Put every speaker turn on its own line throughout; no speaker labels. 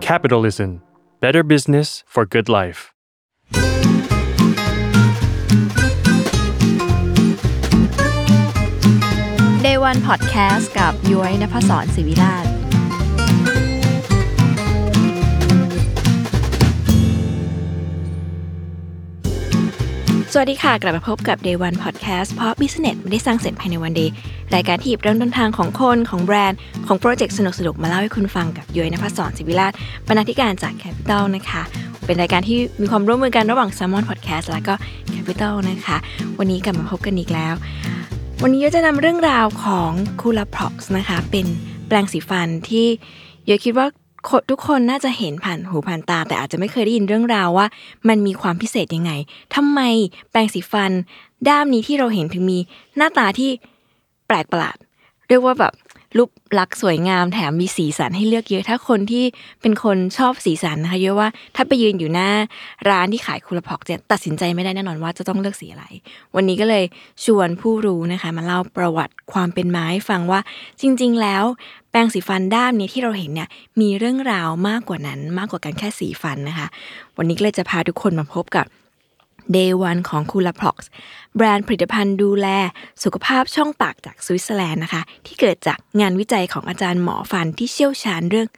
Capitalism Better Business for Good Life.
Day One Podcast กับย้อยนภศรศิวิราช สวัสดีค่ะ กลับมาพบกับ Day One Podcast เพราะ Business ไม่ได้สร้างเสร็จภายในวันเดย์รายการที่หยิบเรื่องต้นทางของคน ของแบรนด์ ของโปรเจกต์สนุกๆ มาเล่าให้คุณฟังกับย้อยนภศรศิวิราชบรรณาธิการจาก Capital นะคะ เป็นรายการที่มีความร่วมมือกันระหว่าง Salmon Podcast แล้วก็ Capital นะคะ วันนี้กลับมาพบกันอีกแล้ว วันนี้ยอยจะนำเรื่องราวของคูลาพ็อกซ์นะคะ เป็นแปรงสีฟันที่เยอยคิดว่าคนทุกคนน่าจะเห็นผ่านหูผ่านตา แต่อาจจะไม่เคยได้ยินเรื่องราวว่า มันมีความพิเศษยังไงทำไมแปรงสีฟัน ด้ามนี้ที่เราเห็นถึงมีหน้าตาที่แปลกประหลาด เรียกว่าแบบรูปลักษณ์สวยงามแถมมีสีสันให้เลือกเยอะ ถ้าคนที่เป็นคนชอบสีสันนะคะเยอะว่าถ้าไปยืนอยู่หน้าร้านที่ขายคูลาพอกจะตัดสินใจไม่ได้แน่นอนว่าจะต้องเลือกสีอะไร วันนี้ก็เลยชวนผู้รู้นะคะ มาเล่าประวัติความเป็นมาให้ฟังว่าจริง ๆ แล้ว แปรงสีฟันด้ามเนี้ที่เราเห็นเนี่ยมีเรื่องราวมากกว่านั้นมากกว่าการแค่สีฟันนะคะ วันนี้ก็เลยจะพาทุกคนมาพบกับ Day One ของ c o o l a p r o x แบรนด์ผลิตภัณฑ์ดูแล สุขภาพช่องปากจากสวิตเซอร์แลนด์นะคะ ที่เกิดจากงานวิจัยของอาจารย์หมอฟันที่เชี่ยวชาญเรื่อง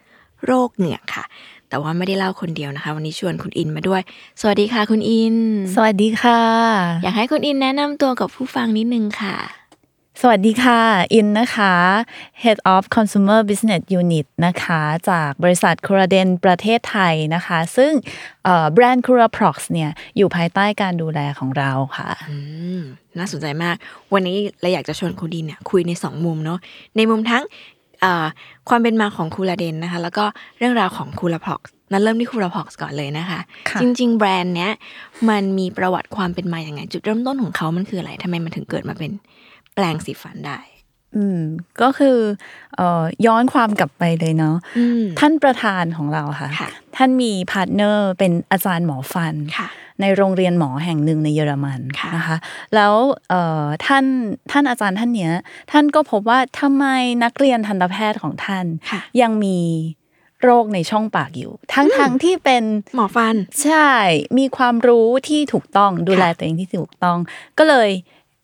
โรคเหงือกค่ะ แต่ว่าไม่ได้เล่าคนเดียวนะคะ วันนี้ชวนคุณอินมาด้วย สวัสดีค่ะคุณอิน
สวัสดีค่ะ
อยากให้คุณอินแนะนำตัวกับผู้ฟังนิดนึงค่ะ
สวัสดีค่ะ อินนะคะ Head of Consumer Business Unit นะคะ จากบริษัทคร a เดนประเทศไทยนะคะ ซึ่งเอ่อแบรนด์คร a p r o x เนี่ย อยู่ภายใต้การดูแลของเราค่ะ
อืมน่าสนใจมาก วันนี้เราอยากจะชวนคุณดินเนี่ยคุยในสองมุมเนาะ ในมุมทั้งเอ่อความเป็นมาของคูลาเดนนะคะ แล้วก็เรื่องราวของคูลาพ็อกซ์นั้นเริ่มที่คูลาพ็อกซ์ก่อนเลยนะคะ
ค่ะ
จริง ๆ แบรนด์เนี้ยมันมีประวัติความเป็นมาอย่างไง จุดเริ่มต้นของเขามันคืออะไรทำไมมันถึงเกิดมาเป็นแปลงสีฟันได้
อืม ก็คือเอ่อย้อนความกลับไปเลยเนาะ
อืม
ท่านประธานของเราค่ะ
ค่ะ
ท่านมีพาร์ทเนอร์เป็นอาจารย์หมอฟัน
ค่ะ
ในโรงเรียนหมอแห่งหนึ่งในเยอรมัน
ค่ะ
นะคะแล้วเอ่อท่านท่านอาจารย์ท่านเนี้ยท่านก็พบว่าทำไมนักเรียนทันตแพทย์ของท่าน
ค่ะ
ยังมีโรคในช่องปากอยู่ ทั้งทั้งที่เป็น
หมอฟัน
ใช่มีความรู้ที่ถูกต้องดูแลตัวเองที่ถูกต้อง ก็เลย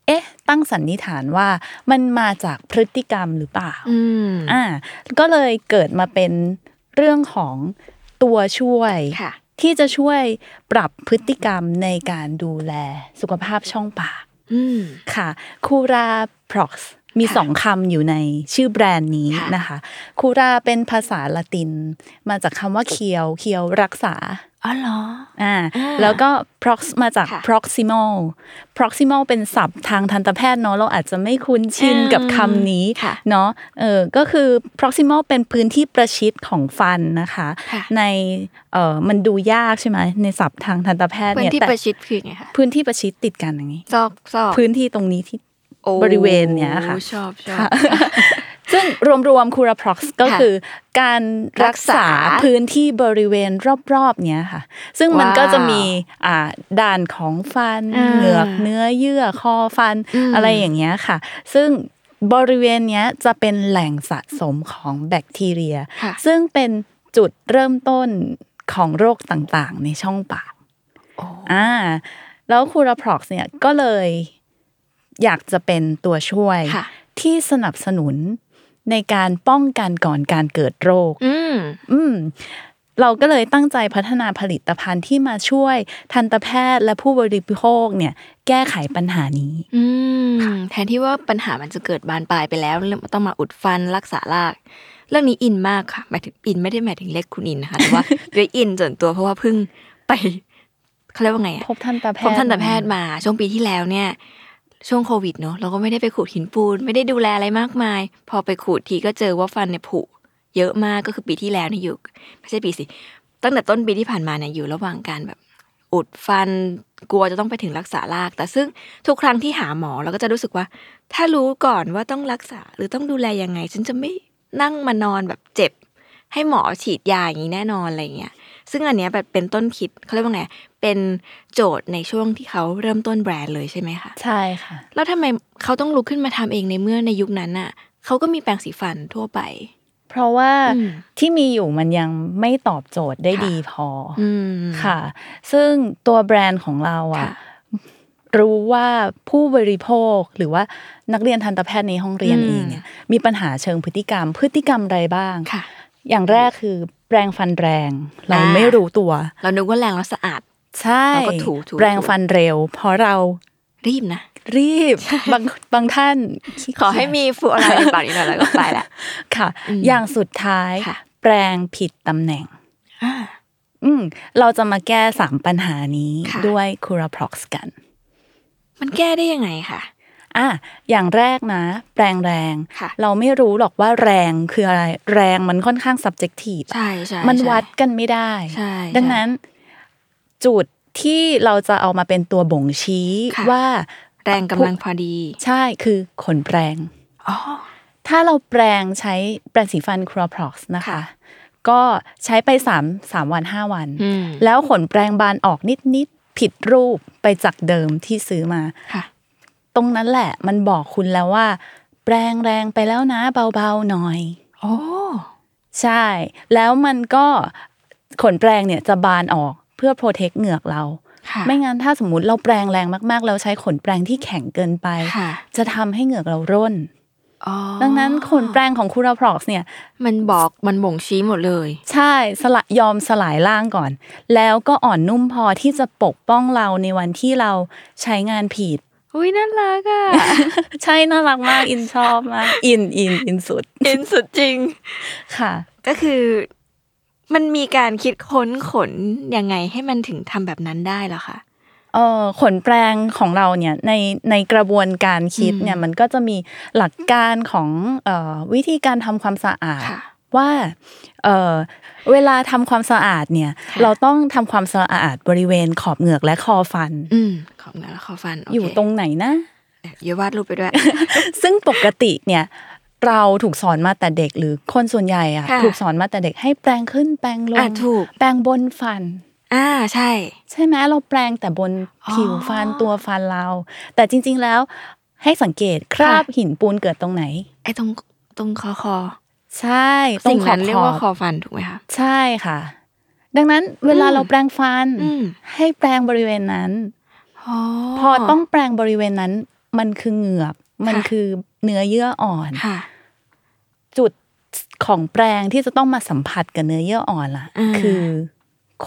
เอ๊ะตั้งสันนิษฐานว่ามันมาจากพฤติกรรมหรือเปล่า
อืม
อ่าก็เลยเกิดมาเป็นเรื่องของตัวช่วย
ค่ะ
ที่จะช่วยปรับพฤติกรรมในการดูแลสุขภาพช่องปาก
อืม
ค่ะคูราพร็อกซ์มี
ค่ะ
สองคำอยู่ในชื่อแบรนด์นี้
ค่ะ
นะคะคูราเป็นภาษาละติน มาจากคำว่าเคียวเคียวรักษา
อ๋อเหรอ
อ่า
อ่า
แล้วก็ prox มาจาก
ค่ะ
proximal proximal เป็นศัพท์ทางทันตแพทย์เนาะเราอาจจะไม่คุ้นชิน
อืม
กับคำนี้
ค่ะ
เนาะ เออก็คือ proximal เป็นพื้นที่ประชิดของฟันนะคะ
ค่ะ
ใน เออมันดูยากใช่ไหม ในศัพท์ทางทันตแพทย์
พื้น
เนี่ย
ที่
แต่
ประชิดคือไงคะ
พื้นที่ประชิดติดกันอย่างนี้
ซอกซอก
พื้นที่ตรงนี้ที่
โอ้
บริเวณเนี้ยค่ะ
ชอบชอบ
ค่ะ ซึ่งรวมๆคูราพร็อกซ์ก็คือการรักษา
รักษา
พื้นที่บริเวณรอบๆเนี้ยค่ะ ซึ่งมัน
ว้าว
ก็จะมีอ่าด่านของฟัน
อ่า
เหงือกเนื้อเยื่อคอฟัน
อืม
อะไรอย่างเงี้ยค่ะ ซึ่งบริเวณเนี้ยจะเป็นแหล่งสะสมของแบคทีเรีย
ค่ะ
ซึ่งเป็นจุดเริ่มต้นของโรคต่างๆ ในช่องปาก
โอ้
อ่า แล้วคูราพร็อกซ์เนี่ยก็เลยอยากจะเป็นตัวช่วย
ค่ะ
ที่สนับสนุน ในการป้องกันก่อนการเกิดโรค
อืม
อืมเราก็เลยตั้งใจพัฒนาผลิตภัณฑ์ที่มาช่วยทันตแพทย์และผู้บริโภคเนี่ยแก้ไขปัญหานี้
อืม แทนที่ว่าปัญหามันจะเกิดบานปลายไปแล้วแล้วต้องมาอุดฟันรักษาราก เรื่องนี้อินมากค่ะหมายถึงอินไม่ได้หมายถึงเลขคุณอินนะคะแต่ ว่า ด้วยอินส่วนตัวเพราะว่าเพิ่งไปเขาเรียกว่าไงอะ
พบทันตแพทย์
พบทันตแพทย์มาช่วงปีที่แล้วเนี่ย ช่วงโควิดเนอะเราก็ไม่ได้ไปขูดหินปูน ไม่ได้ดูแลอะไรมากมาย พอไปขูดทีก็เจอว่าฟันเนี่ยผุเยอะมากก็คือปีที่แล้วเนี่ยอยู่ไม่ใช่ปีสิตั้งแต่ต้นปีที่ผ่านมาเนี่ยอยู่ระหว่างการแบบ อุดฟันกลัวจะต้องไปถึงรักษาราก แต่ซึ่งทุกครั้งที่หาหมอเราก็จะรู้สึกว่า ถ้ารู้ก่อนว่าต้องรักษาหรือต้องดูแลยังไง ฉันจะไม่นั่งมานอนแบบเจ็บ ให้หมอฉีดยาอย่างนี้แน่นอนอะไรอย่างเงี้ย ซึ่งอันเนี้ยแบบเป็นต้นคิดเขาเรียกว่าไง เป็นโจทย์ในช่วงที่เขาเริ่มต้นแบรนด์เลยใช่ไหมคะ
ใช่ค่ะ
แล้วทำไมเขาต้องลุกขึ้นมาทำเองในเมื่อในยุคนั้นน่ะ เขาก็มีแปรงสีฟันทั่วไป
เพราะว่า
อืม
ที่มีอยู่มันยังไม่ตอบโจทย์ได้
ค่ะ
ดีพออ
อืม
ค่ะ ซึ่งตัวแบรนด์ของเราอ่ะ
ค่ะ
รู้ว่าผู้บริโภคหรือว่านักเรียนทันตแพทย์ในห้องเรียนเองเนี่ยมีปัญหาเชิงพฤติกรรม พฤติกรรมอะไรบ้าง
ค่ะ
อย่างแรกคือแปรงฟันแรง เรา
อ่า
ไม่รู้ตัว
เรานึกว่าแรงแล้วสะอาด
ใช่
เราก็ถูถู
แปรงฟันเร็ว เพราะเรา
รีบนะ
รีบ บางบางท่าน
ขอให้มีฟลูออะไรในปากนิดหน่อยแล้วก็ไปละ
ค่ะ
อืม
อย่างสุดท้าย
ค่ะ
แปรงผิดตำแหน่ง
อ่า
อืมเราจะมาแก้สามปัญหานี้
ค่ะ
ด้วยคูราพร็อกซ์กัน
มันแก้ได้ยังไงคะ
อ่ะอย่างแรกนะ แปรงแรง
ค่ะ
เราไม่รู้หรอกว่าแรงคืออะไร แรงมันค่อนข้าง subjective อะ
ใช่ใช่
มันวัด
ใช่
กันไม่ได้
ใช่ใช่
ดังนั้นจุดที่เราจะเอามาเป็นตัวบ่งชี้
ค่ะ
ว่า
แรงกำลังพอดี
ใช่คือขนแปรง
อ๋อ
ถ้าเราแปรงใช้แปรงสีฟันครัวพร็อกซ์นะคะ
ค่ะ
ก็ใช้ไป3 3วัน 5 วัน
อืม
แล้วขนแปรงบานออกนิด ๆ ผิดรูปไปจากเดิมที่ซื้อมา
ค่ะ
ตรงนั้นแหละมันบอกคุณแล้วว่า แปรงแรงไปแล้วนะเบา ๆ หน่อย
โอ้
ใช่ แล้วมันก็ขนแปรงเนี่ยจะบานออกเพื่อโปรเทคเหงือกเรา
ค่ะ
ไม่งั้นถ้าสมมติเราแปรงแรงมากๆ แล้วใช้ขนแปรงที่แข็งเกินไป
ค่ะ
จะทำให้เหงือกเราร่น
อ๋อ
ดังนั้นขนแปรงของคูราพร็อกซ์เนี่ย
มันบอกมันบ่งชี้หมดเลย
ใช่สละยอมสลายร่างก่อน แล้วก็อ่อนนุ่มพอที่จะปกป้องเราในวันที่เราใช้งานผิด
อุ้ยน่ารัก อ่ะ
ใช่น่ารักมาก อินชอบมาก อินอินอินสุด
เอ็นสุดจริง
ค่ะ
ก็คือมันมีการคิดค้นขนยังไงให้มันถึงทำแบบนั้นได้เหรอคะ
เอ่อขนแปรงของเราเนี่ยในในกระบวนการคิด
อืม
เนี่ยมันก็จะมีหลักการของเอ่อวิธีการทำความสะอาด
ค่ะ
ว่าเอ่อเวลาทำความสะอาดเนี่ย
ค่ะ
เราต้องทำความสะอาดบริเวณขอบเหงือกและคอฟัน
อืม ขอบนะขอฟันโเค
อยู่ตรงไหนนะ
เดี๋ยววาดรูปไปด้วย
ซึ่งปกติเนี่ยเราถูกสอนมาแต่เด็กหรือคนส่วนใหญ่อะ
ค่ะ
ถูกสอนมาแต่เด็กให้แปรงขึ้นแปรงล ง
อ่ะถูก
แปรงบนฟัน
อ่าใช่
ใช่ไหมเราแปรงแต่บนผิวฟันตัวฟันเรา แต่จริง ๆแล้วให้สังเกตคราบหินปูนเกิดตรงไหน
ไอ้ตรงตรงคอคอ
ใช่ตร
สิ่
ง
ง
ขอ
นั้
บ
นเรียกว่า
ข
ค
อบ
อฟันถูกไหมคะ
ใช่ค่ะ ดังนั้นเวลาเราแปรงฟัน
อืม
ให้แปรงบริเวณนั้น
อ๋อ
พอต้องแปรงบริเวณนั้น มันคือเหงือก มัน
ค่ะ
คือเนื้อเยื่ออ่อน
ค่ะ
จุดของแปรงที่จะต้องมาสัมผัสกับเนื้อเยื่ออ่อนล่ะ
อ่า
คือ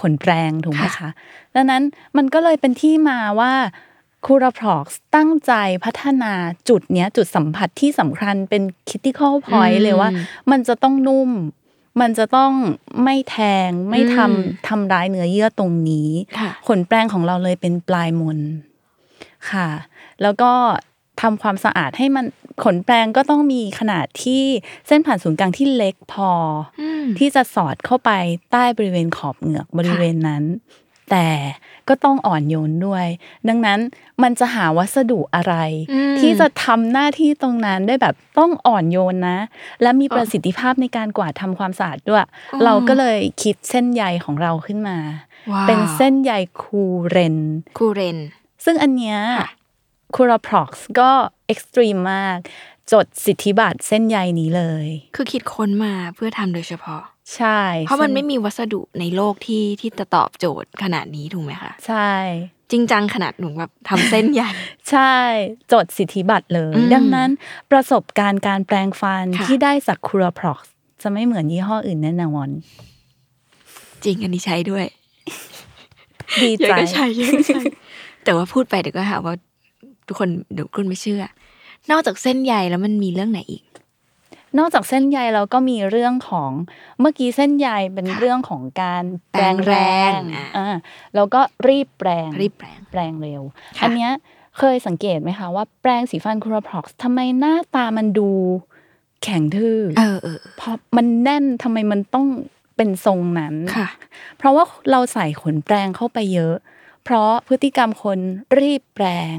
ขนแปรงถูกไหม
ค่ะ
คะ ดังนั้นมันก็เลยเป็นที่มาว่าคูราพร็อกซ์ตั้งใจพัฒนาจุดเนี้ย จุดสัมผัสที่สำคัญเป็นคิติคอลพอยต์เลยว่า มันจะต้องนุ่ม มันจะต้องไม่แทงไม่ทำทำร้ายเนื้อเยื่อตรงนี้
ค่ะ
ขนแปรงของเราเลยเป็นปลายมนค่ะ แล้วก็ทำความสะอาดให้มันขนแปรงก็ต้องมีขนาดที่เส้นผ่านศูนย์กลางที่เล็กพออ
อืม
ที่จะสอดเข้าไปใต้บริเวณขอบเหงือกบริเวณนั้น แต่ก็ต้องอ่อนโยนด้วย ดังนั้นมันจะหาวัสดุอะไร
อืม
ที่จะทำหน้าที่ตรงนั้นได้แบบต้องอ่อนโยนนะ และมีประสิทธิภาพในการกวาดทำความสะอาดด้วย เราก็เลยคิดเส้นใยของเราขึ้นมา
ว้าว
เป็นเส้นใยคูเรน
คูเรน
ซึ่งอันเนี้ย
ค่ะ
คูราพร็อกซ์ก็เอ็กซ์ตรีมมาก จดสิทธิบัตรเส้นใยนี้เลย
คือคิดค้นมาเพื่อทำโดยเฉพาะ
ใช่
เพราะมันไม่
ซึ่ง
มีวัสดุในโลกที่ที่จะตอบโจทย์ขนาดนี้ถูกไหมคะ
ใช่
จริงจังขนาดหนูแบบทำเส้นใหญ่
ใช่ จดสิทธิบัตรเลย
อืม
ดังนั้นประสบการณ์การแปลงฟัน
ค่ะ
ที่ได้จากครัวพร็อกจะไม่เหมือนยี่ห้ออื่นแน่น อน
จริงอันนี้ใช้ด้วย
ดี
เยอะ
ใจ
ก็ ใช้เยอะก็ใช้แต่ว่าพูดไปเดี๋ยวก็หาว่าทุกคนเดี๋ยวคุณไม่เชื่อ นอกจากเส้นใยแล้วมันมีเรื่องไหนอีก
นอกจากเส้นใยเราก็มีเรื่องของเมื่อกี้เส้นใยเป็นเรื่องของการ
แปลงแรงอ่ะ
อ่าแล้วก็รีบแปลง
รีบแปลง
แปลงเร็ว
ค่ะ
อันเนี้ยเคยสังเกตไหมคะว่าแปรงสีฟันคูราพ็อกซ์ทำไมหน้าตามันดูแข็งทื่อ
เออเออ
เพราะมันแน่นทำไมมันต้องเป็นทรงนั้น
ค่ะ
เพราะว่าเราใส่ขนแปรงเข้าไปเยอะ เพราะพฤติกรรมคนรีบแปรง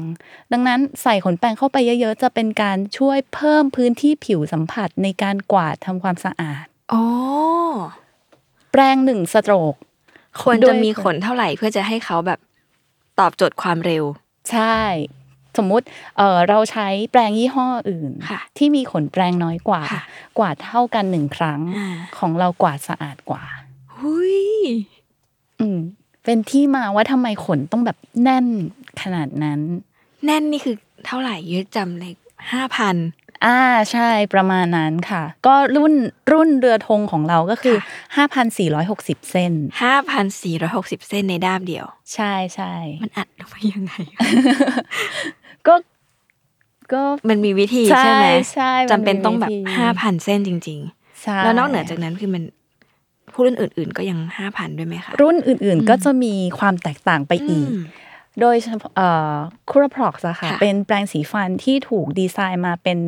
ดังนั้นใส่ขนแปรงเข้าไปเยอะ ๆ จะเป็นการช่วยเพิ่มพื้นที่ผิวสัมผัสในการกวาดทำความสะอาด
โอ้
แปรงหนึ่งสโตรก
ควร
ด้
จะ
วย
มีขนเท่าไหร่เพื่อจะให้เขาแบบตอบโจทย์ความเร็ว
ใช่ สมมุติเอ่อเราใช้แปรงยี่ห้ออื่น
ค่ะ
ที่มีขนแปรงน้อยกว่า
ค่ะ
กวาดเท่ากันหนึ่งครั้ง
อ่า
ของเรากวาดสะอาดกว่า
หุย
อืมเป็นที่มาว่าทำไมขนต้องแบบแน่นขนาดนั้น
แน่นนี่คือเท่าไหร่เยอะจำเลยห้าพัน
อ่าใช่ประมาณนั้นค่ะ ก็รุ่นรุ่นเรือธงของเราก็คือ
ค่
5,460 เส้น
ห้าพันสี่ร้อยหกสิบเส้นในด้ามเดียว
ใช่ใช่
มันอัดลงไปยังไง
ก็ก็
มันมีวิธีใช่ไหม
ใช่ใช่มันมี
จำเป็นต้องแบ
วิ
บ
ธี
ห้าพันเส้นจริง
ใช่
ๆ แล้วนอกเหนือจากนั้นคือมันผู้รุ่นอื่น ๆ ก็ยังห้าพันด้วยไหมคะ
รุ่นอื่นๆ ก็จะมีความแตกต่างไป
อื
อีก
ม
โดยเฉพาะเอ่อคูราพร็อกซ์อะค่ะ
ค่ะ
เป็นแปรงสีฟันที่ถูกดีไซน์มาเป็น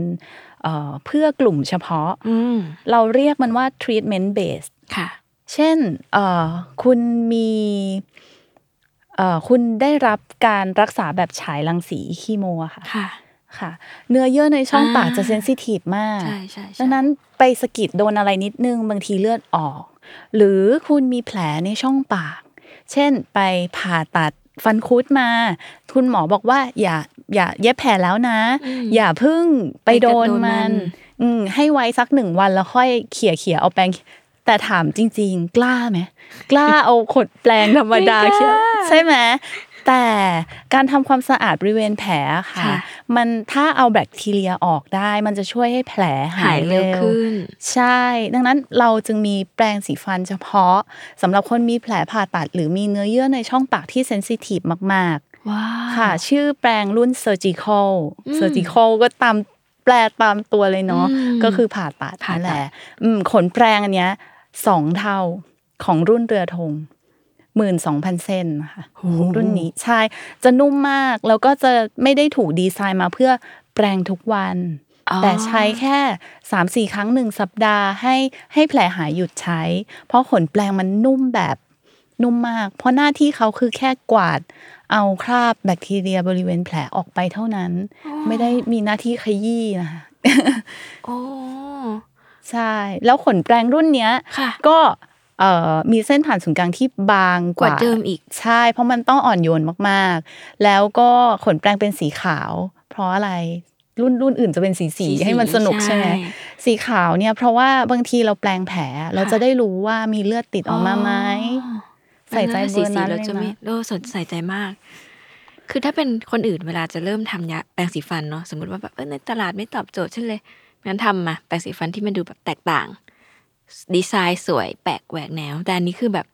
เอ่อเพื่อกลุ่มเฉพาะ
อืม
เราเรียกมันว่า treatment based
ค่ะ
เช่นเอ่อคุณมีเอ่อคุณได้รับการรักษาแบบฉายรังสีคีโมอะค่ะ
ค่ะ
ค่ะ เนื้อเยื่อในช่อง
อ่า
ปากจะเซนซิทีฟมาก
ใช่ใช่ใช่
ดังนั้นไปสะกิดโดนอะไรนิดนึงบางทีเลือดออก หรือคุณมีแผลในช่องปาก เช่นไปผ่าตัดฟันคุดมา คุณหมอบอกว่าอย่าอย่าเย็บแผลแล้วนะ อย่าเพึ่งไปโดนมัน อืมให้ไว้สักหนึ่งวันแล้วค่อยเขี่ยเขี่ยเอาแปรงแต่ถามจริง ๆ กล้าไหมกล้าเอาขดแปรงธรรมดาเขี่ยใช่ไหมแต่การทำความสะอาดบริเวณแผลอะค่ะ
ค่ะ
มันถ้าเอาแบคทีเรียออกได้ มันจะช่วยให้แผลหา
หายย
เร็
เร็
ว
วขึ้น
ใช่ ดังนั้นเราจึงมีแปรงสีฟันเฉพาะสำหรับคนมีแผลผ่าตัด หรือมีเนื้อเยื่อในช่องปากที่เซนซิทีฟมากๆ
ว้าว
ค่ะ ชื่อแปรงรุ่น surgical
อืม
surgical ก็ตามแปลตามตัวเลยเนาะ
อืม
ก็คือผ่าตัด
ผ่าตัด
นั่นแหละอืมขนแปรงอันเนี้ยสองเท่าของรุ่นเรือธงหมื่นสองพันเซนนะคะรุ่นนี้ใช่ จะนุ่มมาก แล้วก็จะไม่ได้ถูกดีไซน์มาเพื่อแปรงทุกวัน
อ๋อ
แต่ใช้แค่ 3 4 ครั้งหนึ่งสัปดาห์ให้ให้แผลหายหยุดใช้ เพราะขนแปรงมันนุ่มแบบนุ่มมาก เพราะหน้าที่เขาคือแค่กวาด เอาคราบแบคทีเรียบริเวณแผลออกไปเท่านั้น ไม่ได้มีหน้าที่ขยี้นะคะ
โอ้
ใช่ แล้วขนแปรงรุ่นเนี้ย
ค่ะ
ก็เอ่อมีเส้นผ่านศูนย์กลางที่บาง
ก
ก
ว่า
ว่า
เดิมอีก
ใช่ เพราะมันต้องอ่อนโยนมากๆ แล้วก็ขนแปรงเป็นสีขาว เพราะอะไร รุ่นรุ่นอื่นจะเป็นสีสี
สีๆ
ให้มันสนุก
ใช่
ใช่ไหม สีขาวเนี่ยเพราะว่าบางทีเราแปลงแผลเราจะได้รู้ว่ามีเลือดติดออกมาไหม
อ๋อ
ใส่ใจเบอร์นั้นเล
เรา
ย
จะไม่
นะ
โอ้สนใส่ใจมาก คือถ้าเป็นคนอื่นเวลาจะเริ่มทำยาแปรงสีฟันเนาะสมมติว่าแบบเออในตลาดไม่ตอบโจทย์ฉันเลยงั้นทำมาแปรงสีฟันที่มันดูแบบแตกต่าง ดีไซน์สวยแปลกแหวกแนว แต่อันนี้คือแบบ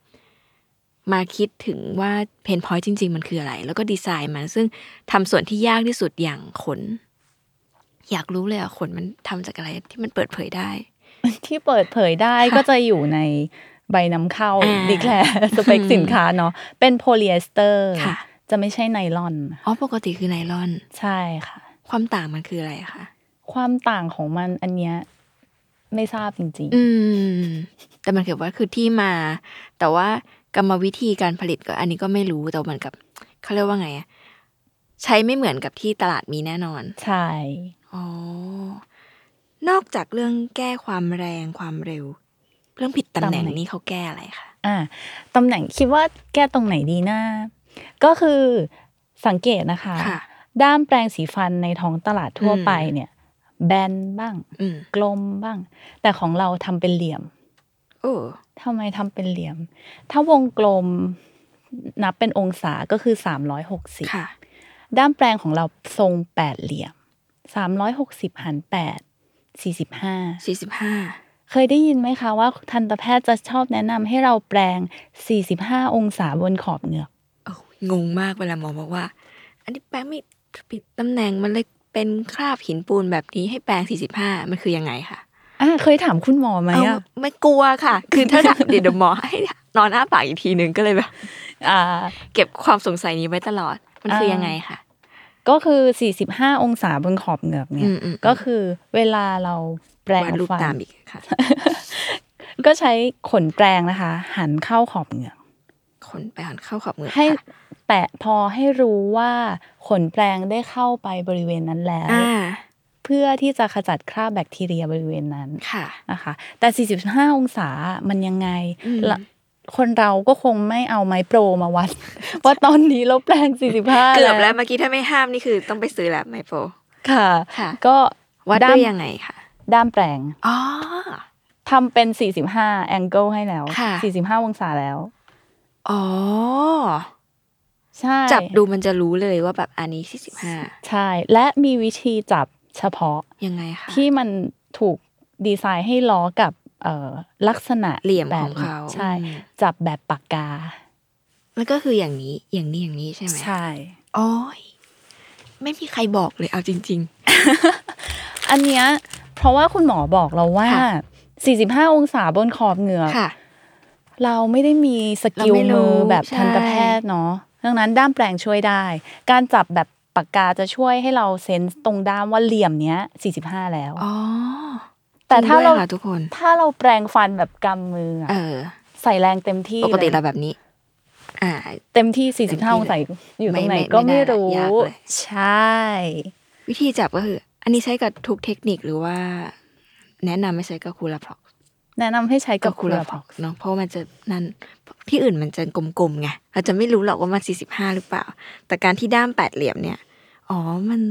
มาคิดถึงว่าเพนพอยต์จริง ๆ มันคืออะไร แล้วก็ดีไซน์มันซึ่งทำส่วนที่ยากที่สุดอย่างขน อยากรู้เลยอะขนมันทำจากอะไรที่มันเปิดเผยได้
ที่เปิดเผยได้
ค่ะ
ก็จะอยู่ในใบนำเข้า
อ่า
ดีแคล สเปคสินค้าเนาะเป็นโพลีเอสเตอร์
ค่ะ
จะไม่ใช่ไนลอน
อ๋อปกติคือไนลอน
ใช่ค่ะ
ความต่างมันคืออะไรคะ
ความต่างของมันอันเนี้ยไม่ทราบจริง
อืม แต่มันเขียนว่าคือที่มา แต่ว่ากรรมวิธีการผลิตก็ อันนี้ก็ไม่รู้แต่เหมือนกับเขาเรียกว่าไงอะใช้ไม่เหมือนกับที่ตลาดมีแน่นอน
ๆ ใช่
อ๋อ นอกจากเรื่องแก้ความแรงความเร็ว เรื่องผิดตำแหน่งนี้เขาแก้อะไรคะ
อ่ะตำแหน่งคิดว่าแก้ตรงไหนดีนะ ก็คือสังเกตนะคะ
ค่ะ
ด้ามแปรงสีฟันในท้องตลาดทั่ว
อืม
ไปเนี่ย แบนบ้าง
อืม
กลมบ้าง แต่ของเราทำเป็นเหลี่ยม
โ โอ้
ทำไมทำเป็นเหลี่ยม ถ้าวงกลมนับเป็นองศาก็คือ 360
ค่ะ
ด้ามแปลงของเราทรงแปดเหลี่ยม 360หาร8 45
สี่สิบห้า
เคยได้ยินไหมคะว่าทันตแพทย์จะชอบแนะนำให้เราแปลง 45 องศาบนขอบเหงือก
โอ้งงมากเวลาหมอบอกว่า อันนี้แปลงไม่ผิดตำแหน่งมันเลยเป็นคราบหินปูนแบบนี้ให้แปลงสี่สิบห้ามันคือยังไงคะ
อ่ะเคยถามคุณหมอไหม
เอา
อ่ะ
ไม่กลัวค่ะ คือถ้า เดี๋ยวเดี๋ยวหมอให้นอนอ้าปากอีกทีหนึ่งก็เลยแบบ
อ่า
เก็บความสงสัยนี้ไว้ตลอด มันคือ
เอ่อ
ยังไงค่ะ
ก็คือ 45 องศาบนขอบเหงือกเนี่
อืม
ย
อืม
ก็คือเวลาเราแปลง
วาดรูป
ฟัน
ตามอีกค่ะ
ก็ใช้ขนแปรงนะคะ หันเข้าขอบเหงือก
คนไปหันเข้าขอบมือ
ให้
ค่ะ
แปะพอให้รู้ว่าขนแปรงได้เข้าไปบริเวณนั้นแล้ว
อ่า
เพื่อที่จะขจัดคราบแบคทีเรียบริเวณนั้น
ค่ะ
นะคะ แต่ 45 องศามันยังไง
อืม
ละคนเราก็คงไม่เอาไม้โปรมาวัด ว่าตอนนี้เราแปลง 45
เกือบแล้วเมื่อกี้ถ้าไม่ห้ามนี่คือต้องไปซื้อแล้วไมโคร
ค่ะ
ค่ะ
ก็
วัด
ด้า
ด้วย
ม
ยังไงค่ะ
ด้ามแปรง
อ๋อ
ทำเป็น 45 แองเกิลให้แล้ว
ค่ะ
45 องศาแล้ว
อ๋อ
ใช่
จับดูมันจะรู้เลยว่าแบบอันนี้สี่สิบห้า
ใช่ และมีวิธีจับเฉพาะ
ยังไงคะ
ที่มันถูกดีไซน์ให้ล้อกับเอ่อลักษณะ
เหลี่ยมของเขา
แบบนี้ใช่
อืม
จับแบบปากกา
มันก็คืออย่างนี้อย่างนี้อย่างนี้ใช่ไหม
ใช่
โอ้ยไม่มีใครบอกเลยเอาจริง
อันเนี้ยเพราะว่าคุณหมอบอกเราว่า
ค่ะ
45 องศาบนขอบเหงือก
ๆ ค่ะ
เราไม่ได้มีสกิล
เราไม่รู้
มือแบบ
ใช่
ทันตแพทย์เนาะดังนั้นด้ามแปลงช่วยได้ การจับแบบปากกาจะช่วยให้เราเซนส์ตรงด้ามว่าเหลี่ยมเนี้ย 45 แล้ว
อ๋อ
แต่ถ้า
จ
เรา
งด้วยค่ะทุกคน
ถ้าเราแปลงฟันแบบกำมืออะ
เออ
ใส่แรงเต็มที่
ปกติ
เลย
เราแบบนี้ อ่า
เต็มที่
เต็มที่
45 องศาอยู่ตรงไหน
ไม่ไม่
ก็ไม่
ไม่ได้
รู้
ยากเลย
ใช่
วิธีจับก็คือ อันนี้ใช้กับทุกเทคนิคหรือว่า แนะนำไม่ใช้กับคูลาพร็อก
แนะนำให้ใช้กับคูลา
พ
พ
ร็อ
ร็อก ก
เนาะเพราะมันจะนั่นที่อื่นมันจะกลมๆไงเราจะไม่รู้หรอกว่ามันสี่สิบห้าหรือเปล่า แต่การที่ด้ามแปดเหลี่ยมเนี่ย อ๋อมัน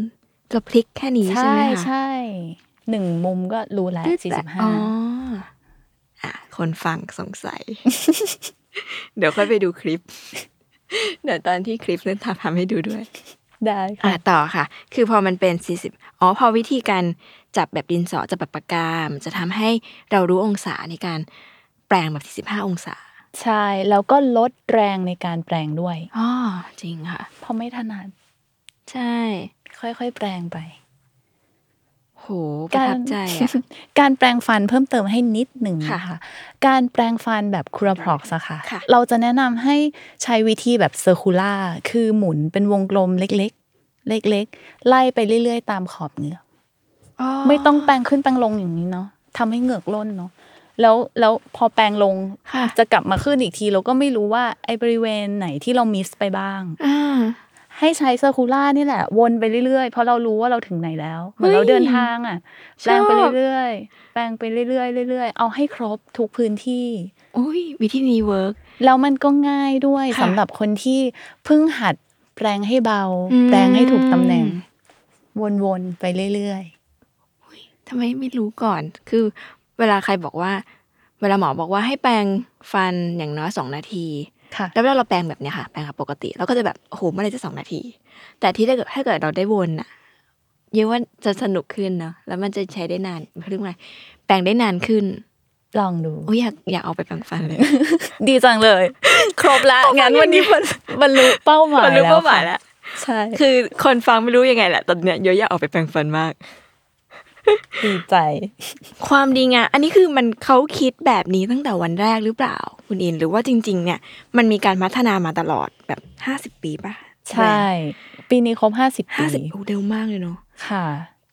จะพลิกแค่นี้ใช่
ใช่
ไหมคะ
ใช่หนึ่งมุมก็รู้แล้ว
ตึ๊ดแต่อ๋อ
45
อ่ะคนฟังสงสัย เดี๋ยวค่อยไปดูคลิป เดี๋ยวตอนที่คลิปนั้นทำให้ดูด้วย
ได้
อ่ะ
ค่ะ
ต่อค่ะ คือพอมันเป็น 40 อ๋อ พอวิธีการจับแบบดินสอจับแบบปากกา มันจะทำให้เรารู้องศาในการแปลงแบบ 45 องศา
ใช่ แล้วก็ลดแรงในการแปลงด้วย
อ๋อ จริงค่ะ
เพราะไม่ถนัด
ใช่
ค่อยๆ แปลงไป
โห ประทับใจ อ่ะ
การแปลงฟันเพิ่มเติมให้นิดหนึ่ง
ค่ะ
นะคะการแปลงฟันแบบคูลาพร็อกส์ค่ะ
ค่ะ
เราจะแนะนำให้ใช้วิธีแบบเซอร์คูล่าคือหมุนเป็นวงกลมเล็กๆ เล็กๆ ไล่ไปเรื่อยๆ ตามขอบเหงือก ไม่ต้องแปรงขึ้นแปรงลงอย่างนี้เนาะทำให้เหงือกล่นเนาะแล้วแล้วพอแปรงลง
ค่ะ
จะกลับมาขึ้นอีกที เราก็ไม่รู้ว่าไอ้บริเวณไหนที่เรามิสไปบ้าง
อ่า
ให้ใช้เซอร์คูล่านี่แหละ วนไปเรื่อยๆ เพราะเรารู้ว่าเราถึงไหนแล้วเหมือน
เฮ้ย
เราเดินทางอ่ะ
ชอบ
แปลงไปเรื่อยๆแปลงไปเรื่อยๆเรื่อยๆเอาให้ครบทุกพื้นที่
อุ้ย วิธีนี้เวิร์ก
แล้วมันก็ง่ายด้วย
ค่ะ
สำหรับคนที่เพิ่งหัดแปลงให้เบา
อืม
แปลงให้ถูกตำแหน่ง วนๆไปเรื่อย
ทำไมไม่รู้ก่อน คือ เวลาใครบอกว่า เวลาหมอบอกว่าให้แปรงฟันอย่างน้อยสองนาที
ๆ ค่ะ
แล้วเวลาเราแปลงแบบเนี้ยค่ะแปลงกับปกติเราก็จะแบบโอ้โหเมื่อไหรจะสองนาที แต่ที่ถ้าเกิดถ้าเกิดเราได้วนอะเยอะว่าจะสนุกขึ้นเนาะแล้วมันจะใช้ได้นานเรื่องอะไรแปลงได้นานขึ้น
ลองดู
โอ้ยอยากอยากเอาไปแปลงฟันเลย
ดีจังเลย ครบละ งานวันนี้บรรลุเป้าหมาย
มันรู้
แล้ว
เป้าหมาย
ค่ะ
แล้ว
ใช่
คือคนฟังไม่รู้ยังไงแหละตอนเนี้ยเยอะอยากเอาไปแปลงฟันมาก
ดีใจ
ความดีงามอันนี้คือมันเขาคิดแบบนี้ตั้งแต่วันแรกหรือเปล่า คุณอินหรือว่าจริง ๆ เนี่ย มันมีการพัฒนามาตลอดแบบห้าสิบ50 ปีป่ะ
ใช่ ปีนี้ครบ50
ห้า
ปี
สิบโอ้เร็วมากเลยเนาะ
ค่ะ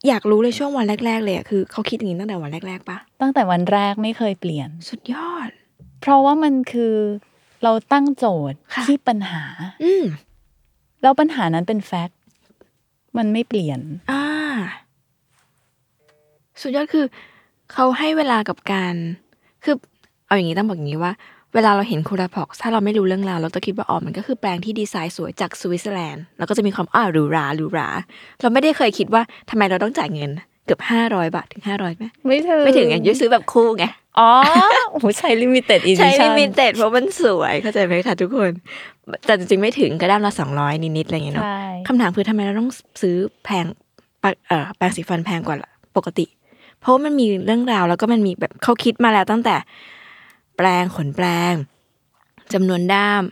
อยากรู้เลยช่วงวันแรก ๆ เลยอะคือเขาคิดอย่างนี้ตั้งแต่วันแรก ๆปะ
ตั้งแต่วันแรกไม่เคยเปลี่ยน
สุดยอด
เพราะว่ามันคือเราตั้งโจทย์
ค่ะ
ที่ปัญหา
อืม
แล้วปัญหานั้นเป็นแฟกต์มันไม่เปลี่ยน
อ่า สุดยอดคือ เขาให้เวลากับการคือเอาอย่างนี้ต้องบอกอย่างนี้ว่า เวลาเราเห็นคูราพอกถ้าเราไม่รู้เรื่องราวเราจะคิดว่าอ๋อมันก็คือแปลงที่ดีไซน์สวยจากสวิตเซอร์แลนด์เราก็จะมีความอ้าวหรูหราหรูหราเราไม่ได้เคยคิดว่าทำไมเราต้องจ่ายเงิน เกือบห้าร้อยบาทถึงห้าร้อยไหม
ไม่ถึง
ไม่ถึงไงยุ้ยซื้อแบบคู่ไง
อ๋อโอ้โหใช้ limited edition
ใช้ลิมิเต็ดเพราะมันสวยเข้าใจไหมคะทุกคน แต่จริงๆไม่ถึงก็ด้ามละสองร้อยนิดๆอะไรอย่างเงี้ยเนาะ
ใช่
คำถามคือทำไมเราต้องซื้อแพงแปรงเอ่อแปรงสีฟันแพงกว่าปกติ เพราะว่ามันมีเรื่องราวแล้วก็มันมีแบบเขาคิดมาแล้วตั้งแต่แปรงขนแปรงจำนวนด้าม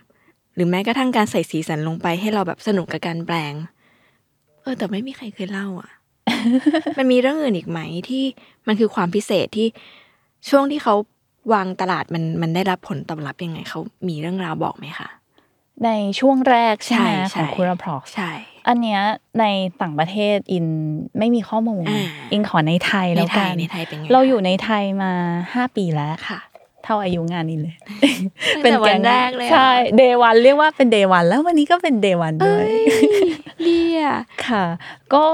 หรือแม้กระทั่งการใส่สีสันลงไปให้เราแบบสนุกกับการแปลง เออ แต่ไม่มีใครเคยเล่าอ่ะ มันมีเรื่องอื่นอีกไหมที่มันคือความพิเศษที่ช่วงที่เขาวางตลาดมันมันได้รับผลตอบรับยังไงเขามีเรื่องราวบอกไหมคะ
ในช่วงแรกใช่ไหม
ใช่
ของ
ใช่
คูราพร็อก
ใช่
อันเนี้ยในต่างประเทศอินไม่มีข้อมูล
อ่า
อินขอในไทย
ใน
แล้ว
ไท
กั
ย
น
ในไทยเป็นไง
เราอยู่ในไทยมา 5 ปีแล้ว
ค่ะ
เท่าอายุงานอินเลย
ตั้งแต่วันแรกเลยเหรอ
ใช่เดวันเรียกว่าเป็นเดวันแล้ววันนี้ก็เป็นเดวันด้วย
เดีย
ค่ะ ก็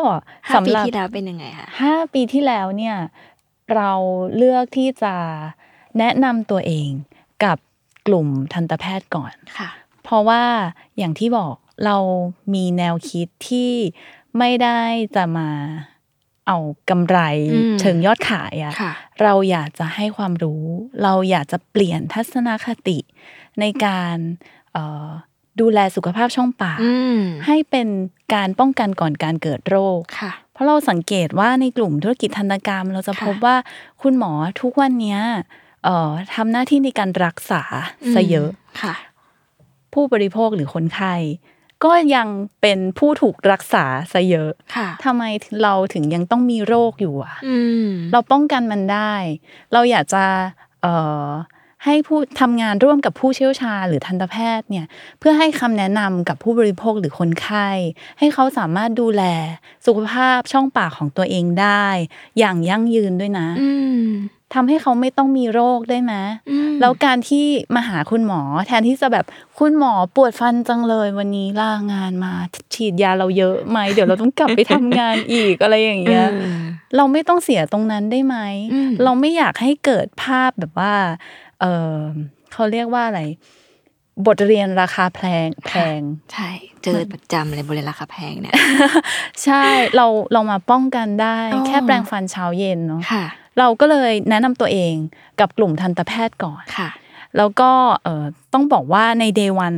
ห้า
สำ
ปี
หรับ
ที่แล้วเป็นยังไงคะ
ห้าปีที่แล้วเนี่ยเราเลือกที่จะแนะนำตัวเองกับกลุ่มทันตแพทย์ก่อน
ค่ะ
เพราะว่าอย่างที่บอกเรามีแนวคิดที่ไม่ได้จะมาเอากำไร
อืม
เชิงยอดขายอะ
ค่ะ
เราอยากจะให้ความรู้ เราอยากจะเปลี่ยนทัศนคติในการเอ่อดูแลสุขภาพช่องปาก
อืม
ให้เป็นการป้องกันก่อนการเกิดโรค
ค่ะ
เพราะเราสังเกตว่าในกลุ่มธุรกิจทันตกรรม เราจะ
ค่ะ
พบว่าคุณหมอทุกวันเนี้ยเอ่อทำหน้าที่ในการรักษาซะเยอะ
ม ค่ะ
ผู้บริโภคหรือคนไข้ก็ยังเป็นผู้ถูกรักษาซะเยอะ
ค่ะ
ทำไมเราถึงยังต้องมีโรคอยู่อะ
อืม
เราป้องกันมันได้ เราอยากจะเอ่อให้ผู้ทำงานร่วมกับผู้เชี่ยวชาญหรือทันตแพทย์เนี่ยเพื่อให้คำแนะนำกับผู้บริโภคหรือคนไข้ ให้เขาสามารถดูแลสุขภาพช่องปากของตัวเองได้ อย่างยั่งยืนด้วยนะ
อืม
ทำให้เขาไม่ต้องมีโรคได้ไหม
อืม
แล้วการที่มาหาคุณหมอ แทนที่จะแบบคุณหมอปวดฟันจังเลยวันนี้ลางานมาฉีดยาเราเยอะไหมเดี๋ยวเราต้องกลับไปทำงานอีกอะไรอย่างเงี้ย เราไม่ต้องเสียตรงนั้นได้ไหม
อืม
เราไม่อยากให้เกิดภาพแบบว่า เออเขาเรียกว่าอะไร บทเรียนราคาแพงแพง
ใช่ เจอประจำเลยบริเวณราคาแพงเนี่ย
ใช่ เราเรามาป้องกันได้
อ๋อ
แค่แปรงฟันเช้าเย็นเนาะ
ค่ะ
เราก็เลยแนะนำตัวเองกับกลุ่มทันตแพทย์ก่อน
ค่ะ
แล้วก็เออต้องบอกว่าใน day วัน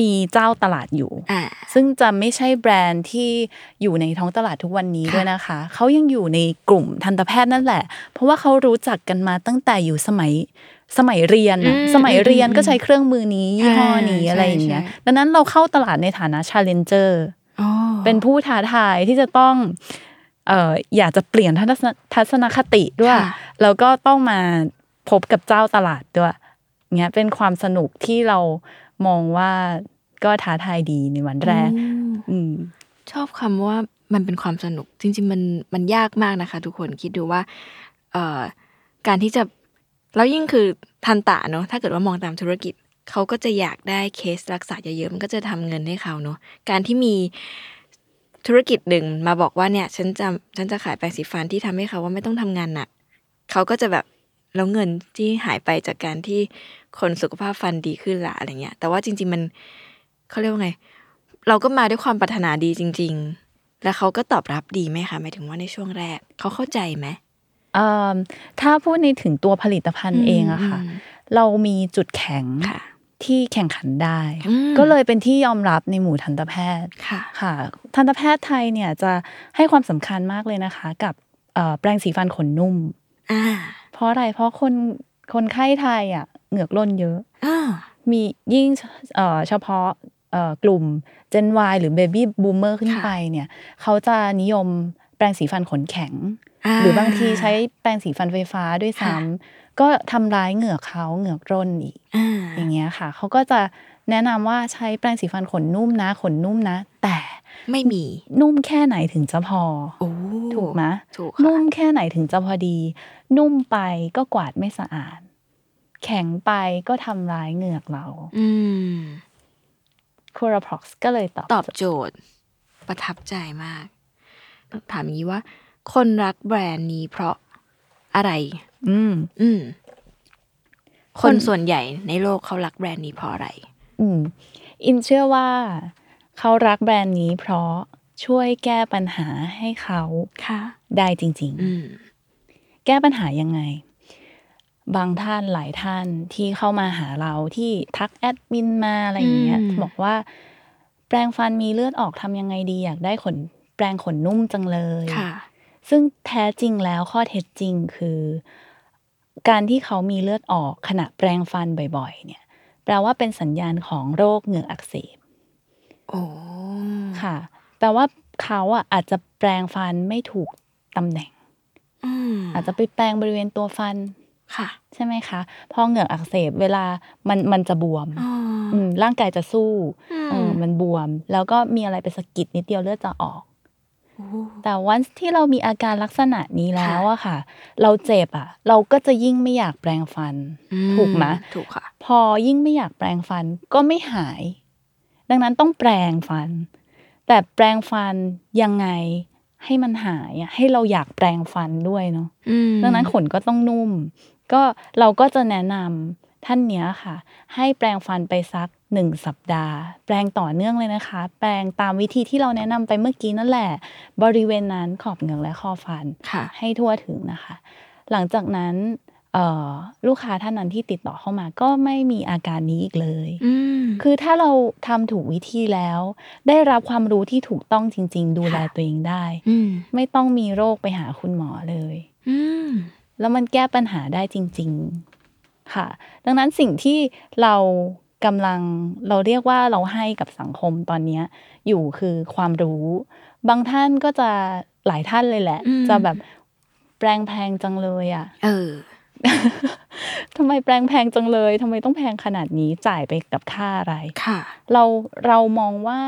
มีเจ้าตลาดอยู่
อ่า
ซึ่งจะไม่ใช่แบรนด์ที่อยู่ในท้องตลาดทุกวันนี้
ค่ะ
ด้วยนะคะ เขายังอยู่ในกลุ่มทันตแพทย์นั่นแหละ เพราะว่าเขารู้จักกันมาตั้งแต่อยู่สมัยสมัยเรียนน่ะ
อืม
สมัยเรียน
อืม
ก็ใช้เครื่องมือนี้ยี่ห้อนี้
อ่า
อะไรอย่างเงี้ย
ใช่ใช่
ดังนั้นเราเข้าตลาดในฐานะ challenger
อ๋อ
เป็นผู้ท้าทายที่จะต้องเอ่ออยากจะเปลี่ยนทัศนทัศนคติด้วย
ค่ะ
แล้วก็ต้องมาพบกับเจ้าตลาดด้วยเงี้ยเป็นความสนุกที่เรามองว่าก็ท้าทายดีในวันแรก
อืม
อืม
ชอบคำว่ามันเป็นความสนุก จริง ๆ มันมันยากมากนะคะ ทุกคนคิดดูว่าเอ่อการที่จะแล้วยิ่งคือทันตะเนาะถ้าเกิดว่ามองตามธุรกิจเขาก็จะอยากได้เคสรักษาเยอะๆมันก็จะทำเงินให้เขาเนาะการที่มีธุรกิจหนึ่งมาบอกว่าเนี่ย ฉันจะฉันจะขายแปรงสีฟันที่ทำให้เขาว่าไม่ต้องทำงานหนักเขาก็จะแบบแล้วเงินที่หายไปจากการที่คนสุขภาพฟันดีขึ้นละอะไรเงี้ย แต่ว่าจริง ๆ มันเขาเรียกว่าไง เราก็มาด้วยความปรารถนาดีจริง ๆ แล้วเขาก็ตอบรับดีไหมคะหมายถึงว่าในช่วงแรก เขาเข้าใจไหม
เอิ่มถ้าพูดในถึงตัวผลิตภัณฑ์
อืม
เองอะค่ะ
อืม
เรามีจุดแข็ง
ค่ะ
ที่แข่งขันได้
อืม
ก็เลยเป็นที่ยอมรับในหมู่ทันตแพทย์
ค่ะ
ค่ะ ทันตแพทย์ไทยเนี่ยจะให้ความสำคัญมากเลยนะคะ กับเอ่อแปรงสีฟันขนนุ่ม
อ่า
เพราะอะไร เพราะคนคนไข้ไทยอ่ะเหงือกร่นเยอะ
อ่า
มียิ่งเอ่อเฉพาะเอ่อกลุ่ม Gen Y หรือ Baby Boomer ขึ้นไปเนี่ยเขาจะนิยมแปรงสีฟันขนแข็ง หรือบางทีใช้แปรงสีฟันไฟฟ้าด้วยซ้ำก็ทำร้ายเหงือกเขาเหงือกร่นอีก
อ่า
อย่างเงี้ยค่ะเขาก็จะแนะนำว่าใช้แปรงสีฟันขนนุ่มนะ ขนนุ่มนะ แต่
ไม่มี
นุ่มแค่ไหนถึงจะพอ
โอ้
ถูกไหม
ถูกค่ะ
นุ่มแค่ไหนถึงจะพอดี นุ่มไปก็กวาดไม่สะอาด แข็งไปก็ทำร้ายเหงือกเรา
อืม
คูราพร็อกซ์ก็เลยตอบ
ตอบโจทย์ ประทับใจมาก ถามอย่างนี้ว่า คนรักแบรนด์นี้เพราะอะไร
อืม
อืม
ค
คน นส่วนใหญ่ในโลกเขารักแบรนด์นี้เพราะอะไร
อืม อินเชื่อว่า เขารักแบรนด์นี้เพราะช่วยแก้ปัญหาให้เขา
ค่ะ
ได้จริง
อืม
ๆ แก้ปัญหายังไง บางท่านหลายท่านที่เข้ามาหาเราที่ทักแอดมินมาอะไรอย่างเงี้ย
อืม
บอกว่า แปรงฟันมีเลือดออกทำยังไงดีอยากได้ขนแปรงขนนุ่มจังเลย
ค่ะ
ซึ่งแท้จริงแล้วข้อเท็จจริงคือ การที่เขามีเลือดออกขณะแปรงฟันบ่อยๆ เนี่ย แปลว่าเป็นสัญญาณของโรคเหงือกอักเสบ
โอ้
ค่ะ แปลว่าเขาอะอาจจะแปรงฟันไม่ถูกตำแหน่ง
อืม
อาจจะไปแปรงบริเวณตัวฟัน
ค่ะ
ใช่ไหมคะ พอเหงือกอักเสบเวลามันมันจะบวม
อ๋อ
อืมร่างกายจะสู้
อื
เออ
ม
มันบวม แล้วก็มีอะไรไปสะกิดนิดเดียวเลือดจะออก แต่วันที่เรามีอาการลักษณะนี้แล้วอะค่ะ เราเจ็บอะเราก็จะยิ่งไม่อยากแปรงฟัน
อื
ถูกไหม
ถูกค่ะ
พอยิ่งไม่อยากแปรงฟันก็ไม่หาย ดังนั้นต้องแปรงฟัน แต่แปรงฟันยังไงให้มันหายอะให้เราอยากแปรงฟันด้วยเนาะ
อืม
ดังนั้นขนก็ต้องนุ่ม ก็เราก็จะแนะนำท่านเนี้ยค่ะ ให้แปรงฟันไปสักหนึ่งสัปดาห์ แปรงต่อเนื่องเลยนะคะ แปรงตามวิธีที่เราแนะนำไปเมื่อกี้นั่นแหละ บริเวณนั้นขอบเหงือกและคอฟัน
ค่ะ
ให้ทั่วถึงนะคะ หลังจากนั้นเอ่อลูกค้าท่านนั้นที่ติดต่อเข้ามาก็ไม่มีอาการนี้อีกเลย
อืม
คือถ้าเราทำถูกวิธีแล้ว ได้รับความรู้ที่ถูกต้องจริง ๆ ดูแล
ค่ะ
ตัวเองได้
อืม
ไม่ต้องมีโรคไปหาคุณหมอเลย
อืม
แล้วมันแก้ปัญหาได้จริง ๆ ค่ะ ดังนั้นสิ่งที่เรากำลังเราเรียกว่าเราให้กับสังคมตอนเนี้ยอยู่คือความรู้ บางท่านก็จะหลายท่านเลยแหละ
อืม
จะแบบแปลงแพงจังเลยอะ่ะ
เออ
ทำไมแปลงแพงจังเลยทำไมต้องแพงขนาดนี้จ่ายไปกับค่าอะไร
ค่ะ
เราเรามองว่า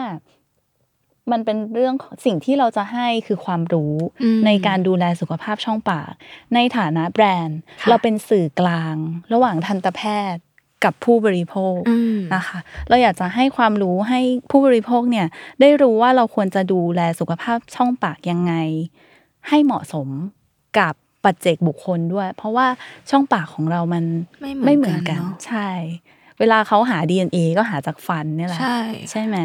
มันเป็นเรื่องของสิ่งที่เราจะให้คือความรู้
อืม
ในการดูแลสุขภาพช่องปาก ในฐานะแบรนด์
ค่ะ
เราเป็นสื่อกลาง ระหว่างทันตแพทย์กับผู้บริโภค
อืม
นะคะ เราอยากจะให้ความรู้ให้ผู้บริโภคเนี่ย ได้รู้ว่าเราควรจะดูแลสุขภาพช่องปากยังไง ให้เหมาะสมกับปัจเจกบุคคลด้วย เพราะว่าช่องปากของเรามัน
ไม่เหมือนกันเนอะ
ใช่ เวลาเขาหา DNA ก็หาจากฟันเนี่ยแหละ
ใช่
ใช่ไหม